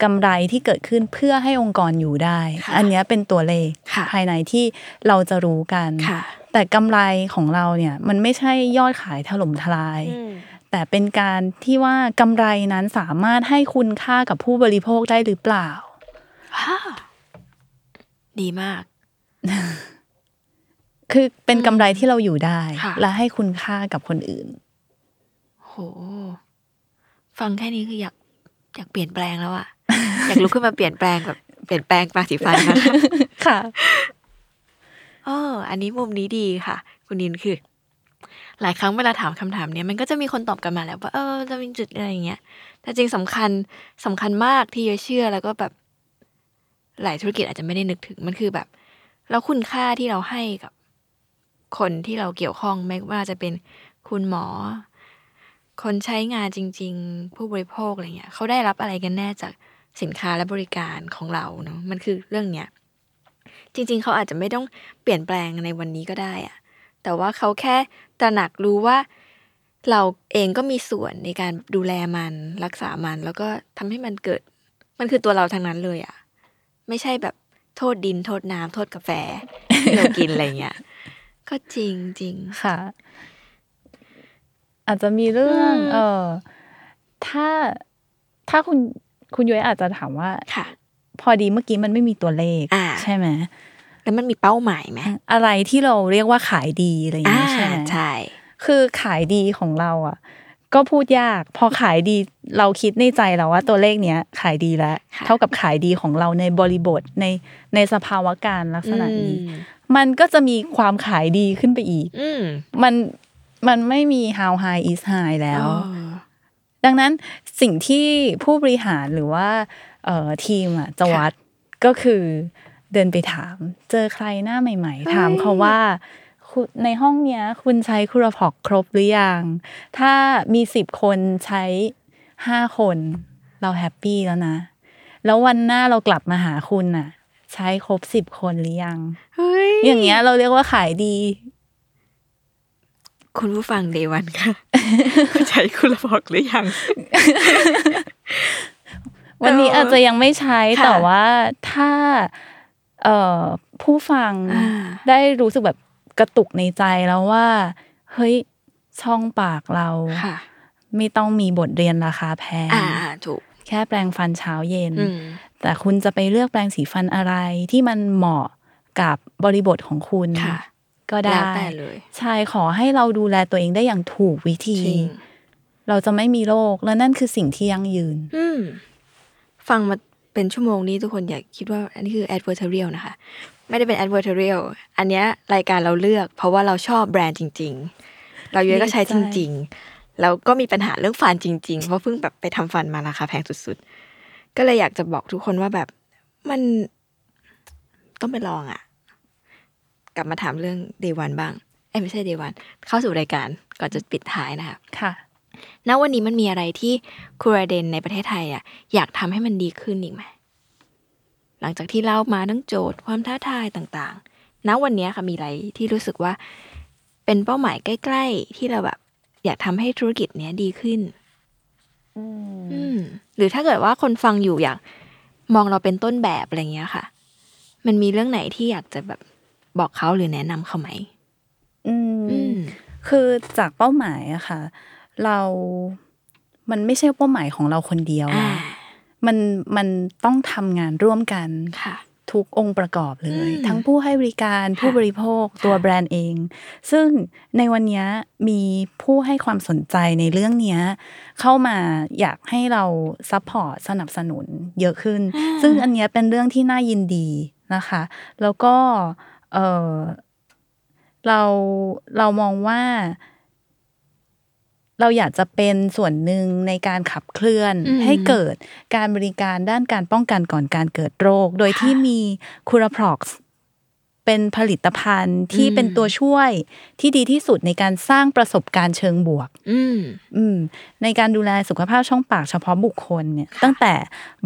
กำไรที่เกิดขึ้นเพื่อให้องค์กรอยู่ได้
ค่ะ
อันเนี้ยเป็นตัวเลข
ค่ะ
ภายในที่เราจะรู้กัน
ค่ะ
แต่กำไรของเราเนี่ยมันไม่ใช่ยอดขายถล่มทลาย แต่เป็นการที่ว่ากำไรนั้นสามารถให้คุณค่ากับผู้บริโภคได้หรือเปล่า
ว้าวดีมาก
คือเป็นกำไรที่เราอยู่ได้
ค่ะ
และให้คุณค่ากับคนอื่น
โห ฟังแค่นี้คืออยาก อยากเปลี่ยนแปลง แล้วอะ อยากลุกขึ้นมาเปลี่ยนแปลงแบบเปลี่ยนแปลงปากสีฟันนะ
ค่ะ
เออ อันนี้มุมนี้ดีค่ะ คุณนินคือ หลายครั้งเวลาถามคำถามเนี้ยมันก็จะมีคนตอบกลันมาแหล้วว่าเออจะมีจุดอะไรอย่างเงี้ย แต่จริงสำคัญสำคัญมากที่จะเชื่อแล้วก็แบบ หลายธุรกิจอาจจะไม่ได้นึกถึงมันคือแบบ แล้วคุณค่าที่เราให้กับคนที่เราเกี่ยวข้องไม่ว่าจะเป็นคุณหมอ คนใช้งานจริง ๆ ผู้บริโภคอะไรเงี้ยเขาได้รับอะไรกันแน่จากสินค้าและบริการของเราเนาะมันคือเรื่องเนี้ยจริง ๆ เขาอาจจะไม่ต้องเปลี่ยนแปลงในวันนี้ก็ได้อะแต่ว่าเขาแค่ตระหนักรู้ว่า เราเองก็มีส่วนในการดูแลมันรักษามัน แล้วก็ทำให้มันเกิด มันคือตัวเราทางนั้นเลยอะไม่ใช่แบบโทษดินโทษน้ำโทษกาแฟ ที่เรากินอะไรเงี้ยก็จริงจริง
ค่ะ อาจจะมีเรื่อง
อืม
เออถ้าถ้าคุณคุณย้อยอาจจะถามว่า
ค่ะ
พอดีเมื่อกี้มันไม่มีตัวเลข
อ่า
ใช่ไหม
แล้วมันมีเป้าหมายไหม
อะไรที่เราเรียกว่าขายดีอะไรอย่าง
อ่า
เงี้ยใช่ไหม
ใช่
คือขายดีของเราอ่ะ ก็พูดยาก พอขายดีเราคิดในใจแล้วว่าตัวเลขเนี้ยขายดีแล้ว
ค่ะ
เท่ากับขายดีของเราในบริบทในในสภาวะการลักษณะนี้
อืม
มันก็จะมีความขายดีขึ้นไปอีก
อืม
มันมันไม่มี how high is high แล้
เ
ว
ออ
ดังนั้นสิ่งที่ผู้บริหารหรือว่าเอ่อทีมอะจะวัดก็คือเดินไปถาม เจอใครหน้าใหม่ ๆ ถามเขาว่าคุณในห้องเนี้ย คุณใช้คุรพอกครบหรือยัง ถ้ามีสิบคนใช้ห้าคน เราแฮปปี้แล้วนะ แล้ววันหน้าเรากลับมาหาคุณน่ะ ใช้ครบสิบคนหรือยัง
เฮ้ย
อย่างเงี้ยเราเรียกว่าขายดี
คุณผู้ฟังเดวันค่ะ ใช้คุณระบอกหรือยัง
วันนี้
เอออ
อาจจะยังไม่ใช้
ค่ะ
แต่ว่าถ้าเอ่อผู้ฟัง
อ่า
ได้รู้สึกแบบกระตุกในใจแล้วว่า เฮ้ย ช่องปากเรา
ค่ะ
ไม่ต้องมีบทเรียนราคาแพง
อ่าถูก
แค่แปรงฟันเช้าเย็น
อืม
แต่คุณจะไปเลือกแปรงสีฟันอะไรที่มันเหมาะกับบริบทของคุณ
ค่ะ
ก็ได้
แล้วแต่เลย
ใช่ขอให้เราดูแลตัวเองได้อย่างถูกวิธี
จริง
เราจะไม่มีโรคและนั่นคือสิ่งที่ยั่งยืน
อืม ฟังมาเป็นชั่วโมงนี้ทุกคนอย่าคิดว่าอันนี้คือ advertorial นะคะ ไม่ได้เป็น advertorial อันเนี้ยรายการเราเลือก เพราะว่าเราชอบแบรนด์จริง ๆ เราเยอะก็ใช้จริง ๆ แล้วก็มีปัญหาเรื่องฟันจริง ๆ เพราะเพิ่งแบบไปทำฟันมาราคาแพงสุดๆ ก็เลยอยากจะบอกทุกคนว่าแบบมันต้องไปลองอ่ะ กลับมาถามเรื่อง day one บ้างเอ้ยไม่ใช่ day one เข้าสู่รายการก่อนจะปิดท้ายนะคะ
ค่ะ
ณวันนี้มันมีอะไรที่ครูราเดนในประเทศไทยอ่ะอยากทำให้มันดีขึ้นอีกไหม หลังจากที่เล่ามาทั้งโจทย์ความท้าทายต่างๆ ณวันเนี้ยค่ะมีอะไรที่รู้สึกว่า เป็นเป้าหมายใกล้ๆ ที่เราแบบ อยากทำให้ธุรกิจเนี้ยดีขึ้น อืม หรือถ้าเกิดว่าคนฟังอยู่อยากมองเราเป็นต้นแบบอะไรเงี้ยค่ะ มันมีเรื่องไหนที่อยากจะแบบบอกเขาหรือแนะนำเขาไหม
อื
อื
ม
ม
คือจากเป้าหมายอะค่ะ เรา มันไม่ใช่เป้าหมายของเราคนเดียว
อ่า
นะมันมันต้องทำงานร่วมกัน
ค่ะ
ทุกองค์ประกอบเลย
อืม
ทั้งผู้ให้บริการ
ค่ะ
ผู้บริโภคตัวแบรนด์เอง ซึ่งในวันเนี้ยมีผู้ให้ความสนใจในเรื่องเนี้ยเข้ามาอยากให้เราซัพพอร์ตสนับสนุนเยอะขึ้น
อ่า
ซึ่งอันเนี้ยเป็นเรื่องที่น่ายินดีนะคะ แล้วก็เอ่อเราเรามองว่า เราอยากจะเป็นส่วนหนึ่งในการขับเคลื่อน
อืม
ให้เกิดการบริการด้านการป้องกันก่อนการเกิดโรค โดยที่มีคูราพร็อกเป็นผลิตภัณฑ์ที่
อืม
เป็นตัวช่วยที่ดีที่สุดในการสร้างประสบการณ์เชิงบวก
อืม
อืมในการดูแลสุขภาพช่องปากเฉพาะบุคคลเนี่ย ตั้งแต่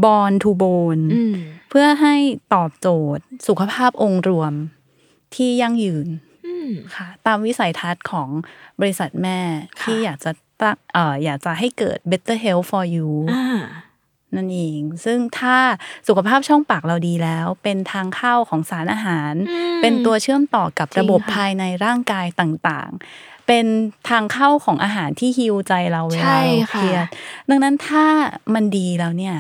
บอลทูโบน
อืม
เพื่อให้ตอบโจทย์สุขภาพองค์รวมที่ยั่งยืน
อืม
ค่ะตามวิสัยทัศน์ของบริษัทแม่
ค่ะ
ที่อยากจะตั้งเอ่ออยากจะให้เกิด better health for you
อ่า
นั่นเอง ซึ่งถ้าสุขภาพช่องปากเราดีแล้ว เป็นทางเข้าของสารอาหาร
อืม
เป็นตัวเชื่อมต่อกับ
จริง
ระบบ
ค่ะ
ภายในร่างกายต่างๆ เป็นทางเข้าของอาหารที่ฮิวใจเราเวลา
ใช่
เราเค
ค่ะ
รียด ดังนั้นถ้ามันดีแล้วเนี่ย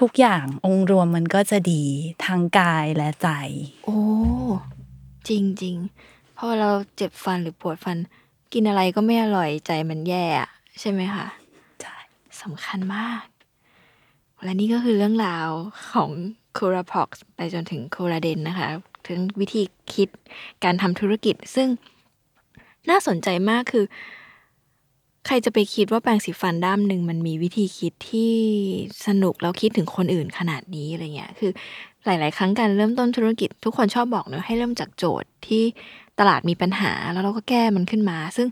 ทุกอย่างองค์รวมมันก็จะดีทางกายและใจ
โอ้จริงจริงๆเพราะเราเจ็บฟันหรือปวดฟัน กินอะไรก็ไม่อร่อยใจมันแย่อะใช่ไหมคะ
ใช่
สำคัญมาก และนี่ก็คือเรื่องราวของ c o r a p o x ไปจนถึง c o r a d e n นะคะ ถึงวิธีคิดการทำธุรกิจ ซึ่งน่าสนใจมากคือ ใครจะไปคิดว่าแปรงสีฟันด้ามหนึ่งมันมีวิธีคิดที่สนุกแล้วคิดถึงคนอื่นขนาดนี้อะไรเงี้ย คือ หลาย ๆ ครั้งการเริ่มต้นธุรกิจ ทุกคนชอบบอกเนอะให้เริ่มจากโจทย์ที่ตลาดมีปัญหาแล้วเราก็แก้มันขึ้นมา ซึ่ง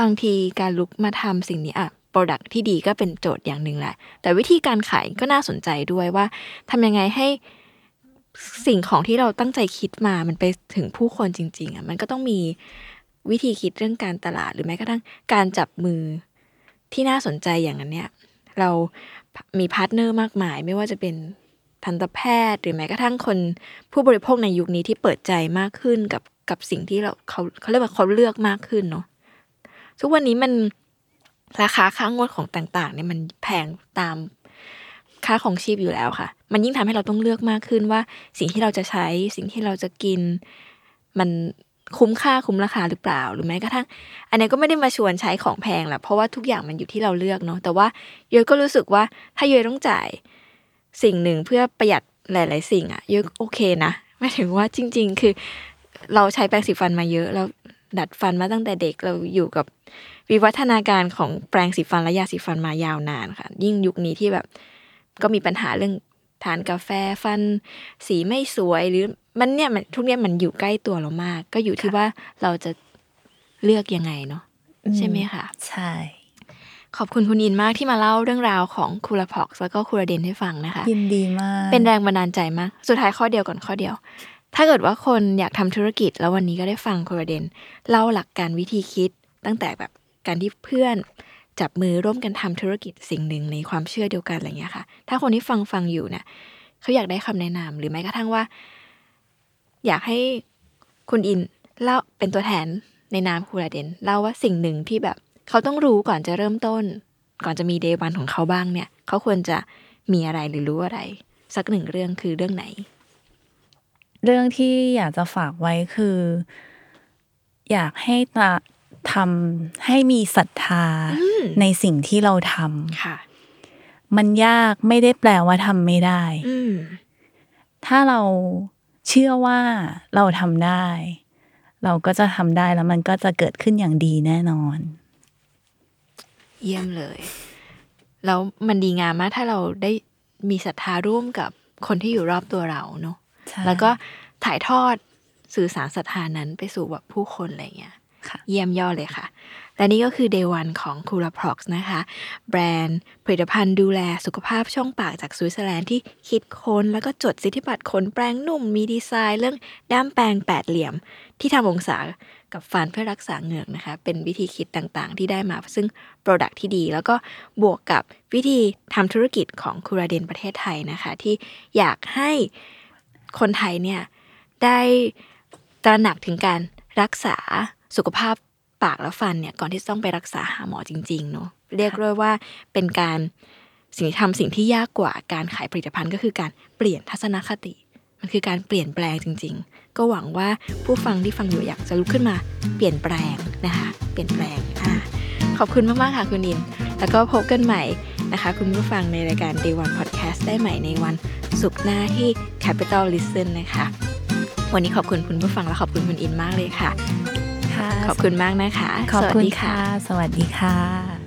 บางทีการลุกมาทำสิ่งนี้อะโปรดักที่ดีก็เป็นโจทย์อย่างหนึ่งแหละ แต่วิธีการขายก็น่าสนใจด้วยว่าทำยังไงให้ สิ่งของที่เราตั้งใจคิดมา มันไปถึงผู้คนจริง ๆอ่ะ มันก็ต้องมีวิธีคิดเรื่องการตลาดหรือแม้กระทั่งการจับมือที่น่าสนใจอย่างนั้นเนี่ย เรามีพาร์ทเนอร์มากมาย ไม่ว่าจะเป็นทันตแพทย์ หรือแม้กระทั่งคนผู้บริโภคในยุคนี้ที่เปิดใจมากขึ้นกับกับสิ่งที่เราเขาเขาเรียกว่าเขาเลือกมากขึ้นเนาะทุกวันนี้มันราคาค่างวดของต่างๆเนี่ยมันแพงตาม ค่าของชีพอยู่แล้วค่ะ มันยิ่งทำให้เราต้องเลือกมากขึ้นว่า สิ่งที่เราจะใช้ สิ่งที่เราจะกิน มันคุ้มค่าคุ้มราคาหรือเปล่า หรือแม้กระทั่ง อันนี้ก็ไม่ได้มาชวนใช้ของแพงแหละเพราะว่าทุกอย่างมันอยู่ที่เราเลือกเนาะ แต่ว่าเยยก็รู้สึกว่าถ้าเยยต้องจ่ายสิ่งหนึ่งเพื่อประหยัดหลาย ๆ สิ่งอะเยยโอเคนะไม่ถึงว่าจริง ๆ คือ เราใช้แปรงสีฟันมาเยอะเราดัดฟันมาตั้งแต่เด็กเราอยู่กับ วิวัฒนาการของแปรงสีฟันและยาสีฟันมายาวนานค่ะ ยิ่งยุคนี้ที่แบบ ก็มีปัญหาเรื่องทานกาแฟฟัน สีไม่สวยหรือมันเนี่ยมันทุกเนี่ยมันอยู่ใกล้ตัวเรามาก ก็อยู่ที่ว่าเราจะเลือกยังไงเนาะใช่ไหมคะ
ใช่
ขอบคุณคุณอินมากที่มาเล่าเรื่องราวของคูลาพ็อกแล้วก็คูลาเดนให้ฟังนะคะ
ยินดีมาก
เป็นแรงบันดาลใจมาก สุดท้ายข้อเดียวก่อนข้อเดียว ถ้าเกิดว่าคนอยากทำธุรกิจแล้ววันนี้ก็ได้ฟังโครเดนเล่าหลักการวิธีคิด ตั้งแต่แบบการที่เพื่อนจับมือร่วมกันทำธุรกิจสิ่งหนึ่งในความเชื่อเดียวกันอะไรเงี้ยค่ะ ถ้าคนที่ฟังฟังอยู่เนี่ยเขาอยากได้คำแนะนำหรือแม้กระทั่งว่า อยากให้คุณอินเล่าเป็นตัวแทนในนามคูลาเดนเล่าว่าสิ่งหนึ่งที่แบบ เขาต้องรู้ก่อนจะเริ่มต้น ก่อนจะมีเดย์วันของเขาบ้างเนี่ย เขาควรจะมีอะไรหรือรู้อะไร สักหนึ่งเรื่องคือเรื่องไหน
เรื่องที่อยากจะฝากไว้คือ อยากให้ตาทำให้มีศรัทธาในสิ่งที่เราท
ค่ะ
ำมันยากไม่ได้แปลว่าทำไม่ได้
อืม
ถ้าเราเชื่อว่าเราทำได้ เราก็จะทำได้แล้วมันก็จะเกิดขึ้นอย่างดีแน่นอน
เยี่ยมเลย แล้วมันดีงามมากถ้าเราได้มีศรัทธาร่วมกับคนที่อยู่รอบตัวเราเนอะ
ใช่
แล้วก็ถ่ายทอดสื่อสารศรัทธานั้นไปสู่แบบผู้คนอะไรเงี้ย
ค่ะ
เยี่ยมยอดเลยค่ะ และนี่ก็คือ Day One ของ c o o l a p r o x นะคะ แบรนด์ผลิตภัณฑ์ดูแลสุขภาพช่องปากจากสวิตเซอร์แลนด์ที่คิดค้น แล้วก็จดสิทธิบัตรขนแปรงนุ่มมีดีไซน์เรื่องด้ามแปรงแปดเหลี่ยม ที่ทำองศากับฟันเพื่อรักษาเหงือกนะคะ เป็นวิธีคิดต่างๆ ที่ได้มาซึ่ง Product ที่ดี แล้วก็บวกกับวิธีทำธุรกิจของคูราเดนประเทศไทยนะคะ ที่อยากให้คนไทยเนี่ยได้ ตระหนักถึงการรักษาสุขภาพปากและฟันเนี่ยก่อนที่จะต้องไปรักษาหาหมอจริงๆเนาะเรียกด้วยว่าเป็นการสิ่งที่ทำสิ่งที่ยากกว่าการขายผลิตภัณฑ์ก็คือการเปลี่ยนทัศนคติ มันคือการเปลี่ยนแปลงจริง ๆ ก็หวังว่าผู้ฟังที่ฟังอยู่อยากจะลุกขึ้นมาเปลี่ยนแปลงนะคะ เปลี่ยนแปลงอ่าขอบคุณมากๆค่ะคุณอิน แล้วก็พบกันใหม่นะคะ คุณผู้ฟังในรายการ Day One Podcast ได้ใหม่ในวันศุกร์หน้าที่ Capital Listen นะคะ วันนี้ขอบคุณคุณผู้ฟังและขอบคุณคุณอินมากเลยค่ะ
ค่ะ
ขอบคุณมากนะคะ
ขอบ
สวัส
คุณ
ดี
ค่ะ สวัสดีค่ะ